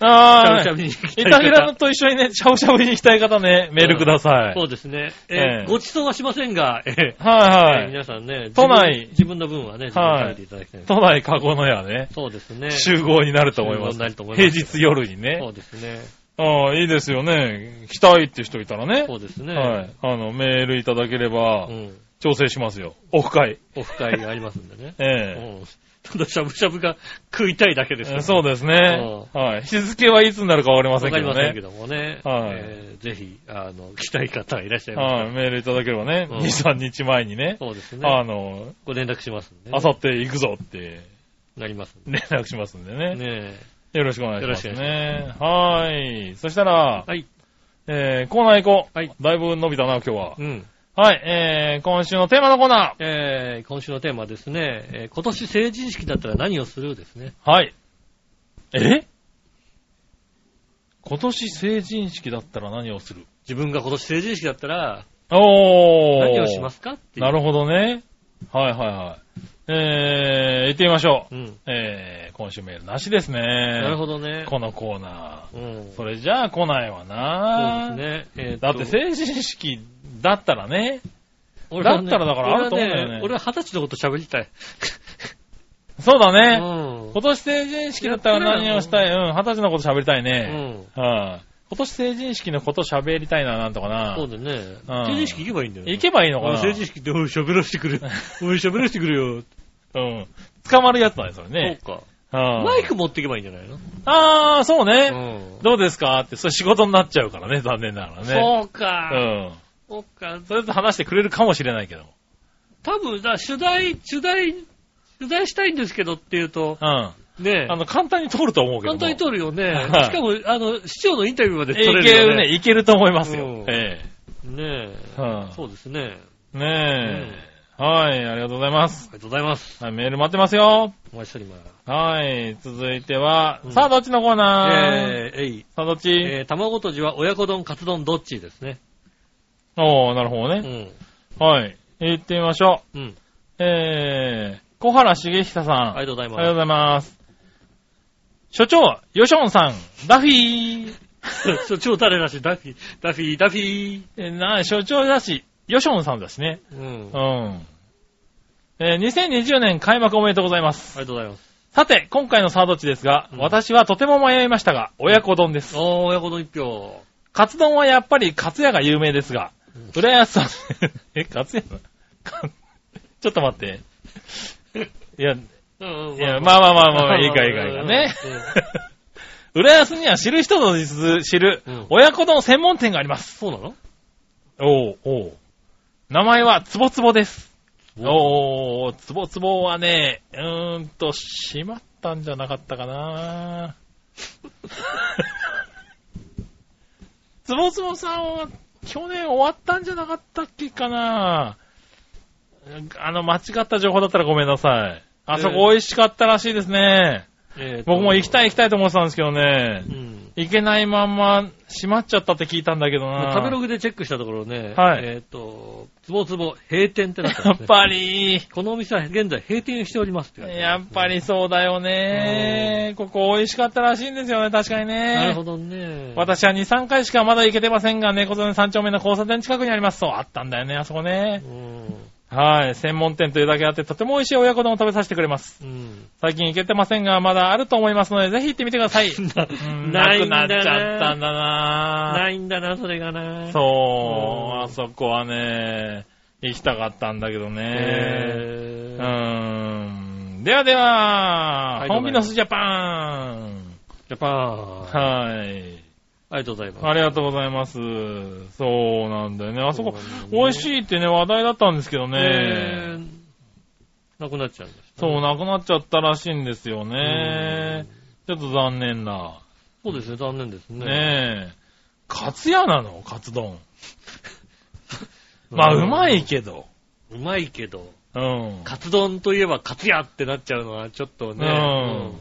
C: ああ、
B: しゃぶしゃぶに行きた
C: イ
B: い
C: タジラと一緒にね、しゃぶしゃぶに行きたい方ね、メールください。
B: そうですね。え
C: ええ
B: ーご馳走はしませんが、えーえ
C: は
B: ー
C: いはい。
B: 皆さんね、
C: 都内
B: 自分自分の分はね、自分で食べていただきたい。
C: 都内加護の屋ね、
B: そうですね。
C: 集合になると思いま
B: 集合
C: す。
B: になると思い
C: 平
B: ます
C: 日夜に
B: そ
C: ね。
B: うですね。
C: ああ、いいですよね。来たいって人いたらね。
B: そうですね。
C: はい。あの、メールいただければ
B: う、ん。
C: 調整しますよ。オフ会。。
B: オフ会がありますんでね
C: ええ
B: うんただしゃぶしゃぶが食いたいだけです
C: えーそう
B: で
C: ですね。はい。日付はいつになるかわかりませ
B: わ
C: ん
B: か
C: け
B: り
C: ど
B: ません
C: ね
B: け。どもね。
C: はい
B: えーぜひ、あの、来たい方いらっしゃいましたら
C: はい。メールいただければね、
B: うん
C: 2、3日前にね、
B: そうですね。
C: あの、
B: ご連絡しますんで、
C: あさって行くぞって
B: なりますん
C: 連絡しますんでね。
B: で。ね
C: よろしくお願いします
B: よろしくお
C: ね。はーい。そしたら
B: え。、はい。
C: えー、コーナー行こう。
B: はい
C: だいぶ伸びたな、今日は
B: う。ん。
C: はい、えー、今週のテーマのコーナ
B: えー、今週のテーマはですね、えー今年成人式だったら何をするですね。
C: ー。はい。え今年成人式だったら何をする
B: 自分が今年成人式だったら
C: おー。
B: 何をしますかっていう。
C: なるほどね。はいはいはい。えー、行ってみましょう。
B: うん。
C: えー、今週メールなしですね。な
B: なるほどね。
C: このコーナ
B: うん
C: ー。。それじゃあ来ないわな
B: そうですね。えー
C: だって成人式だったらね。
B: 俺はね
C: だったらだからあると思うんだよね
B: 俺は俺は二十歳のこと喋りたい。
C: そうだ
B: う
C: ね。
B: ん。
C: 今年成人式だったら何をしたいうん、二十歳のこと喋りたいうね。
B: ん。
C: はい。今年成人式のこと喋りたいな、なんとかな
B: そう。だね。成人式行けばいいんだよね。
C: 行けばいいのか
B: あ
C: な
B: 成人式で、おい、喋らせてくれ。おい、喋らせてくれよ。
C: うん。捕まるやつだね、それね。
B: そうか。
C: うん
B: マイク持っていけばいいんじゃないの
C: あー、そう
B: う
C: ね。
B: ん
C: どうですかって、それ仕事になっちゃうからね、残念ながらね。
B: そう
C: う
B: か。
C: ん。
B: そうか。
C: それと話してくれるかもしれないけど。
B: 多分、だ取材、取材、取材したいんですけどっていうと
C: う、ん。あ
B: ねえ
C: の、簡単に通ると思うけ
B: 簡
C: ども。
B: 単に通るよね。
C: はい
B: しかも、あの、市長のインタビューまで取れ
C: いける
B: る
C: ね、いけると思いますよ。
B: うん
C: え
B: よね。ね
C: え。うん
B: え。そうですね。
C: ねえ。はい、ありがとうございま
B: あ
C: す。
B: りがとうございます。
C: はい、メール待ってますよ。
B: お待ちしております。
C: はい、続いては、
B: うん
C: さあ、どっちのコーナー、
B: えー、えい。
C: さあ、どっち、
B: えー、卵とじは親子丼、カツ丼、どっちですね。
C: おー、なるほど
B: う
C: ね。
B: ん。
C: はい、行ってみましょ
B: うん。
C: う。えー、小原茂久さん。
B: ありがとうござい
C: ありがとう
B: ま
C: ございます。所長、ヨションさん、ダフィー。
B: す。所長誰だし、ダフィー、ダフィー、ダフィー。
C: えな、所長だし、ヨションさんだしね。
B: うん。
C: う
B: あ
C: ん。えー2020年開幕おめでとうございます。
B: りがとうございます。
C: さて、今回のサードッチですが、
B: うん
C: 私はとても迷いましたが、親子丼です。
B: おー、親子丼一票。
C: カツ丼はやっぱりカツ屋が有名ですが
B: うん、
C: 浦安さん、 え、カツ屋のか ちょっと 待って。いや、い
B: うんうん
C: や、まあまあまあまあまあ、いいかいいかいい かね。浦安には知る人ぞ知る
B: うん、
C: 親子丼専門店があります。
B: そうなの
C: おうおう名前はつぼつぼです。おー、つぼつぼはね、うーんと、閉まったんじゃなかったか なつぼつぼさんは去年終わったんじゃなかったっけかなあの、間違った情報だったらごめんなさい。あそこ美味しかったらしいですね。
B: えーと
C: 僕も行きたい行きたいと思ってたんですけどね
B: う。ん。
C: 行けないまんま閉まっちゃったって聞いたんだけどな。
B: 食べログでチェックしたところね、
C: はい
B: えっ、と、つぼつぼ閉店ってなって
C: や
B: ま
C: っ
B: すね。
C: ぱり、
B: このお店は現在閉店しておりますって書いてある
C: やっぱりそうだよね。ここ美味しかったらしいんですよね、確かにね。
B: なるほどね。
C: 私は2、3回しかまだ行けてませんが、猫園3丁目の交差点近くにあります。そう、あったんだよね、あそこね
B: う。ん。
C: はい、専門店というだけあって、とても美味しい親子丼を食べさせてくれます。
B: うん。
C: 最近行けてませんが、まだあると思いますので、ぜひ行ってみてください。うん
B: ないんだ
C: なくなっちゃったんだな
B: ないんだな、それがな。。
C: そうう、あそこはね、行きたかったんだけどね。
B: えー、
C: うーんではでは、
B: はい
C: ホンビノスジャパン。
B: ジャパン。あ
C: はい。
B: りがとうございます。
C: ありがとうございます。そうなんだよね。あそこ
B: そうなんだ、ね
C: 美味しいってね、話題だったんですけど
B: え
C: ね。
B: ーなくなっちゃうんです、
C: そう、なくなっちゃったらしいんですよね。ちょっと残念な。
B: そうですね、残念ですね。
C: ねえ。カツ屋なのカツ丼。まあ、うまい。けど。
B: うまいけど、
C: うん。
B: カツ丼といえばカツ屋ってなっちゃうのはちょっとね。
C: うん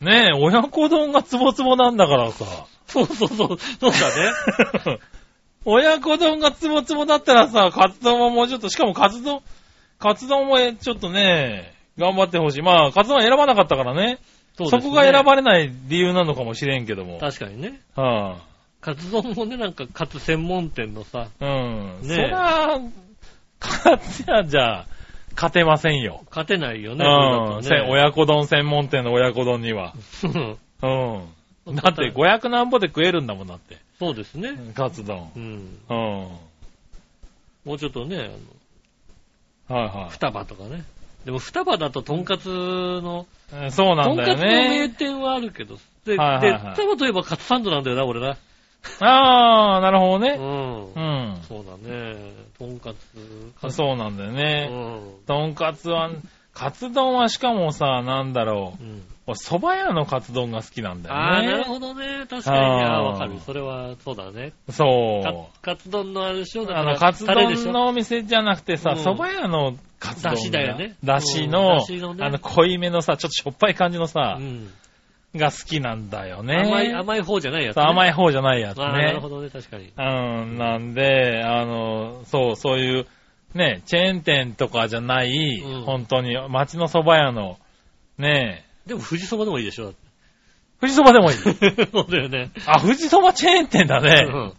C: ねえ、親子丼がツボツボなんだからさ。
B: そうそう そう、そうだね。
C: 親子丼がツボツボだったらさ、カツ丼ももうちょっと、しかもカツ丼、カツ丼もえちょっとね、頑張ってほしい。まあ、カツ丼選ばなかったからね。
B: そ
C: そう
B: ですね
C: こが選ばれない理由なのかもしれんけども。
B: 確かにね。
C: はあ、
B: カツ丼もね、なんかカツ専門店のさ、
C: うん。
B: ねえ
C: そら、カツ屋じゃ、勝てませんよ。
B: 勝てないよ
C: う
B: ね。
C: ん、
B: それ
C: せ
B: だとね
C: 親子丼専門店の親子丼には。う
B: うん
C: ん。だって500何歩で食えるんだもんだって。
B: そうですね。
C: カツ丼
B: う。ん。
C: うん。はい
B: もうちょっとね、あの
C: はい。
B: 双葉とかね。でも双葉だととんかつの、
C: うんそうな
B: と
C: ん
B: ん
C: だ
B: か
C: よ
B: つの名
C: ね。
B: 店はあるけど、で、で、
C: はいはいはい
B: 双葉といえばカツサンドなんだよな、俺な。
C: ああ、なる
B: う
C: ほどね。
B: ん。
C: うん。
B: そうだね。とんかつ、カツ
C: そうなんだよ
B: う
C: ね。
B: ん。
C: とんかつは、カツ丼はしかもさ、なんだろ
B: うん。
C: う。俺蕎麦屋のカツ丼が好きなんだよね。
B: ああ、なるほどね。確かに。
C: あー
B: ああー、わかる。それは、そうだね。
C: そ
B: カカツ丼のあれでしょ
C: う。
B: だか
C: あ
B: ら
C: の、カツ
B: タレで
C: 丼
B: しょ
C: のお店じゃなくてさ、
B: うん
C: 蕎麦屋のカツ丼。
B: だしだよね
C: だし
B: うん
C: の
B: だしの、ね
C: あの、濃いめのさ、ちょっとしょっぱい感じのさ
B: う、ん。
C: が好きなんだよね。
B: 甘い、甘い方じゃないやつ、
C: そう甘
B: い
C: い方じゃないやつ
B: ああ、なる
C: ね
B: ほ。どね。確かに。
C: うん、なんで、あの、そう、そういう、ね、チェーン店とかじゃない、
B: うん
C: 本当に街の蕎麦屋の、ね、
B: でも、富士そばでもいいでしょ。
C: 富士蕎麦でも いい。
B: そうだよね。
C: あ、富士蕎麦チェーン店だね。
B: うん
C: うん。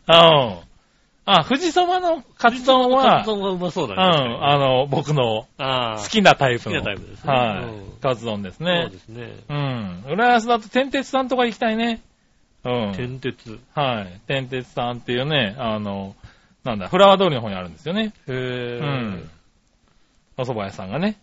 C: あ、富士蕎麦のカツ丼
B: カ
C: は
B: ツ、丼はうまそうだ
C: う
B: ね。
C: ん、あの、僕の
B: ああ。
C: 好きなタイプの。
B: 好きなタイプですね
C: は
B: うん
C: い。カツ丼です
B: そう
C: ね
B: で。すね。
C: うん。浦安だと天鉄さんとか行きたいね。うん。
B: 天鉄。
C: はい。天鉄さんっていうね、あの、なんだ、フラワー通りの方にあるんですよね。
B: へ
C: う
B: え。
C: ん。お蕎麦屋さんがね。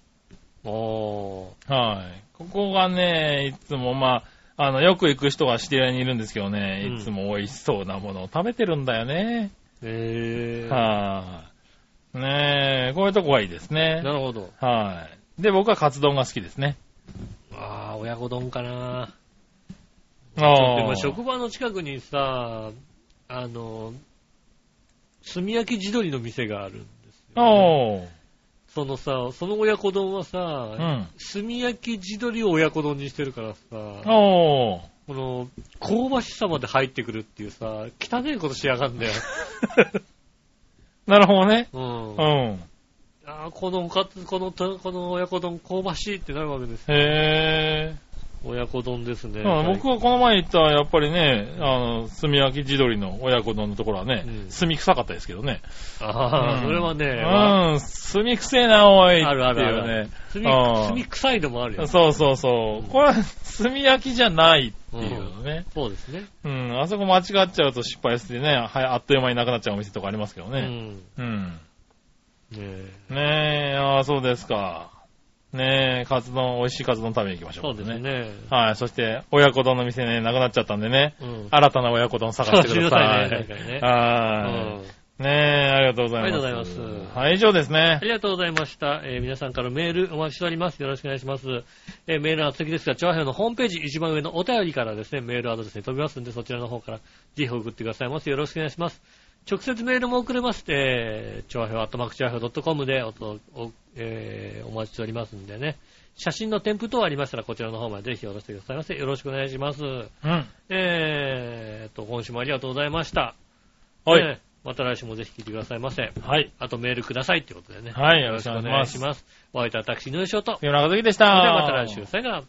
B: おー。
C: はい。ここがね、いつもまあ、あの、よく行く人が知り合いにいるんですけどね、
B: うん
C: いつも美味しそうなものを食べてるんだよね。
B: へえ。
C: はい、ねえ、こういうとこがいいですね。
B: なるほど。
C: はい。で、僕はカツ丼が好きですね。
B: ああ、親子丼かな。
C: あ
B: でも職場の近くにさ、あの、炭焼き地鶏の店があるんですよ、ね。
C: おー。
B: そのさ、その親子丼はさ、
C: うん。
B: 炭焼き地鶏を親子丼にしてるからさ、
C: おー。
B: この、香ばしさまで入ってくるっていうさ、汚いことしやがんだよ。
C: なるほどね。
B: うん
C: う。ん。
B: あーこのおかつ、このと、この親子丼香ばしいってなるわけですよ。
C: へ
B: 親子丼ですね。
C: ぇー。うん僕はこの前行った、やっぱりね、あの、炭焼き地鶏の親子丼のところはね、
B: うん
C: 炭臭かったですけどね。
B: ああ、
C: うん
B: それはね、
C: うん、炭臭えな、おい。
B: あるあるある
C: る
B: 炭、
C: うん
B: 炭臭いのもあるよ。
C: そうそうそう。これは炭焼きじゃないっていうのね。
B: そうですね。
C: うん、あそこ間違っちゃうと失敗してね、はい、あっという間になくなっちゃうお店とかありますけど
B: う
C: ね。
B: ん。
C: うん。
B: ねえ
C: ねえ、ああ、そうですか。ねえ、カツ丼、美味しいカツ丼食べに行きましょう。
B: そうです。ね。
C: はい、そして、親子丼の店ね、なくなっちゃったんでね、
B: うん。
C: 新たな親子丼探してください。
B: 探してくださいね
C: は
B: うん
C: い。ねえ、ありがとうござい
B: あ
C: ます。
B: りがとうございます
C: はい、以上ですね
B: あ。りがとうございました。えー皆さんからメールお待ちしております。よろしくお願いします。えーメールは次ですが、調和表のホームページ一番上のお便りからですね、メールアドレスに飛びますんで、そちらの方からぜひ送ってくださいませ。よろしくお願いします。直接メールも送れます。えー、調和表、アットマーク調和表 .com でおとお,、えーお待ちしておりますんでね。写真の添付等ありましたら、こちらの方までぜひお寄せくださいませ。よろしくお願いします。
C: うん。
B: えーと、今週もありがとうございました。
C: はい
B: ねまた来週もぜひ聞いてくださいませ。
C: はい。
B: あとメールくださいってことでね。
C: はい、よろしくお願いします。
B: す。お相手は私、ヌーショーと。そ
C: 杉村和樹でした。
B: れではまた来週。さよなら。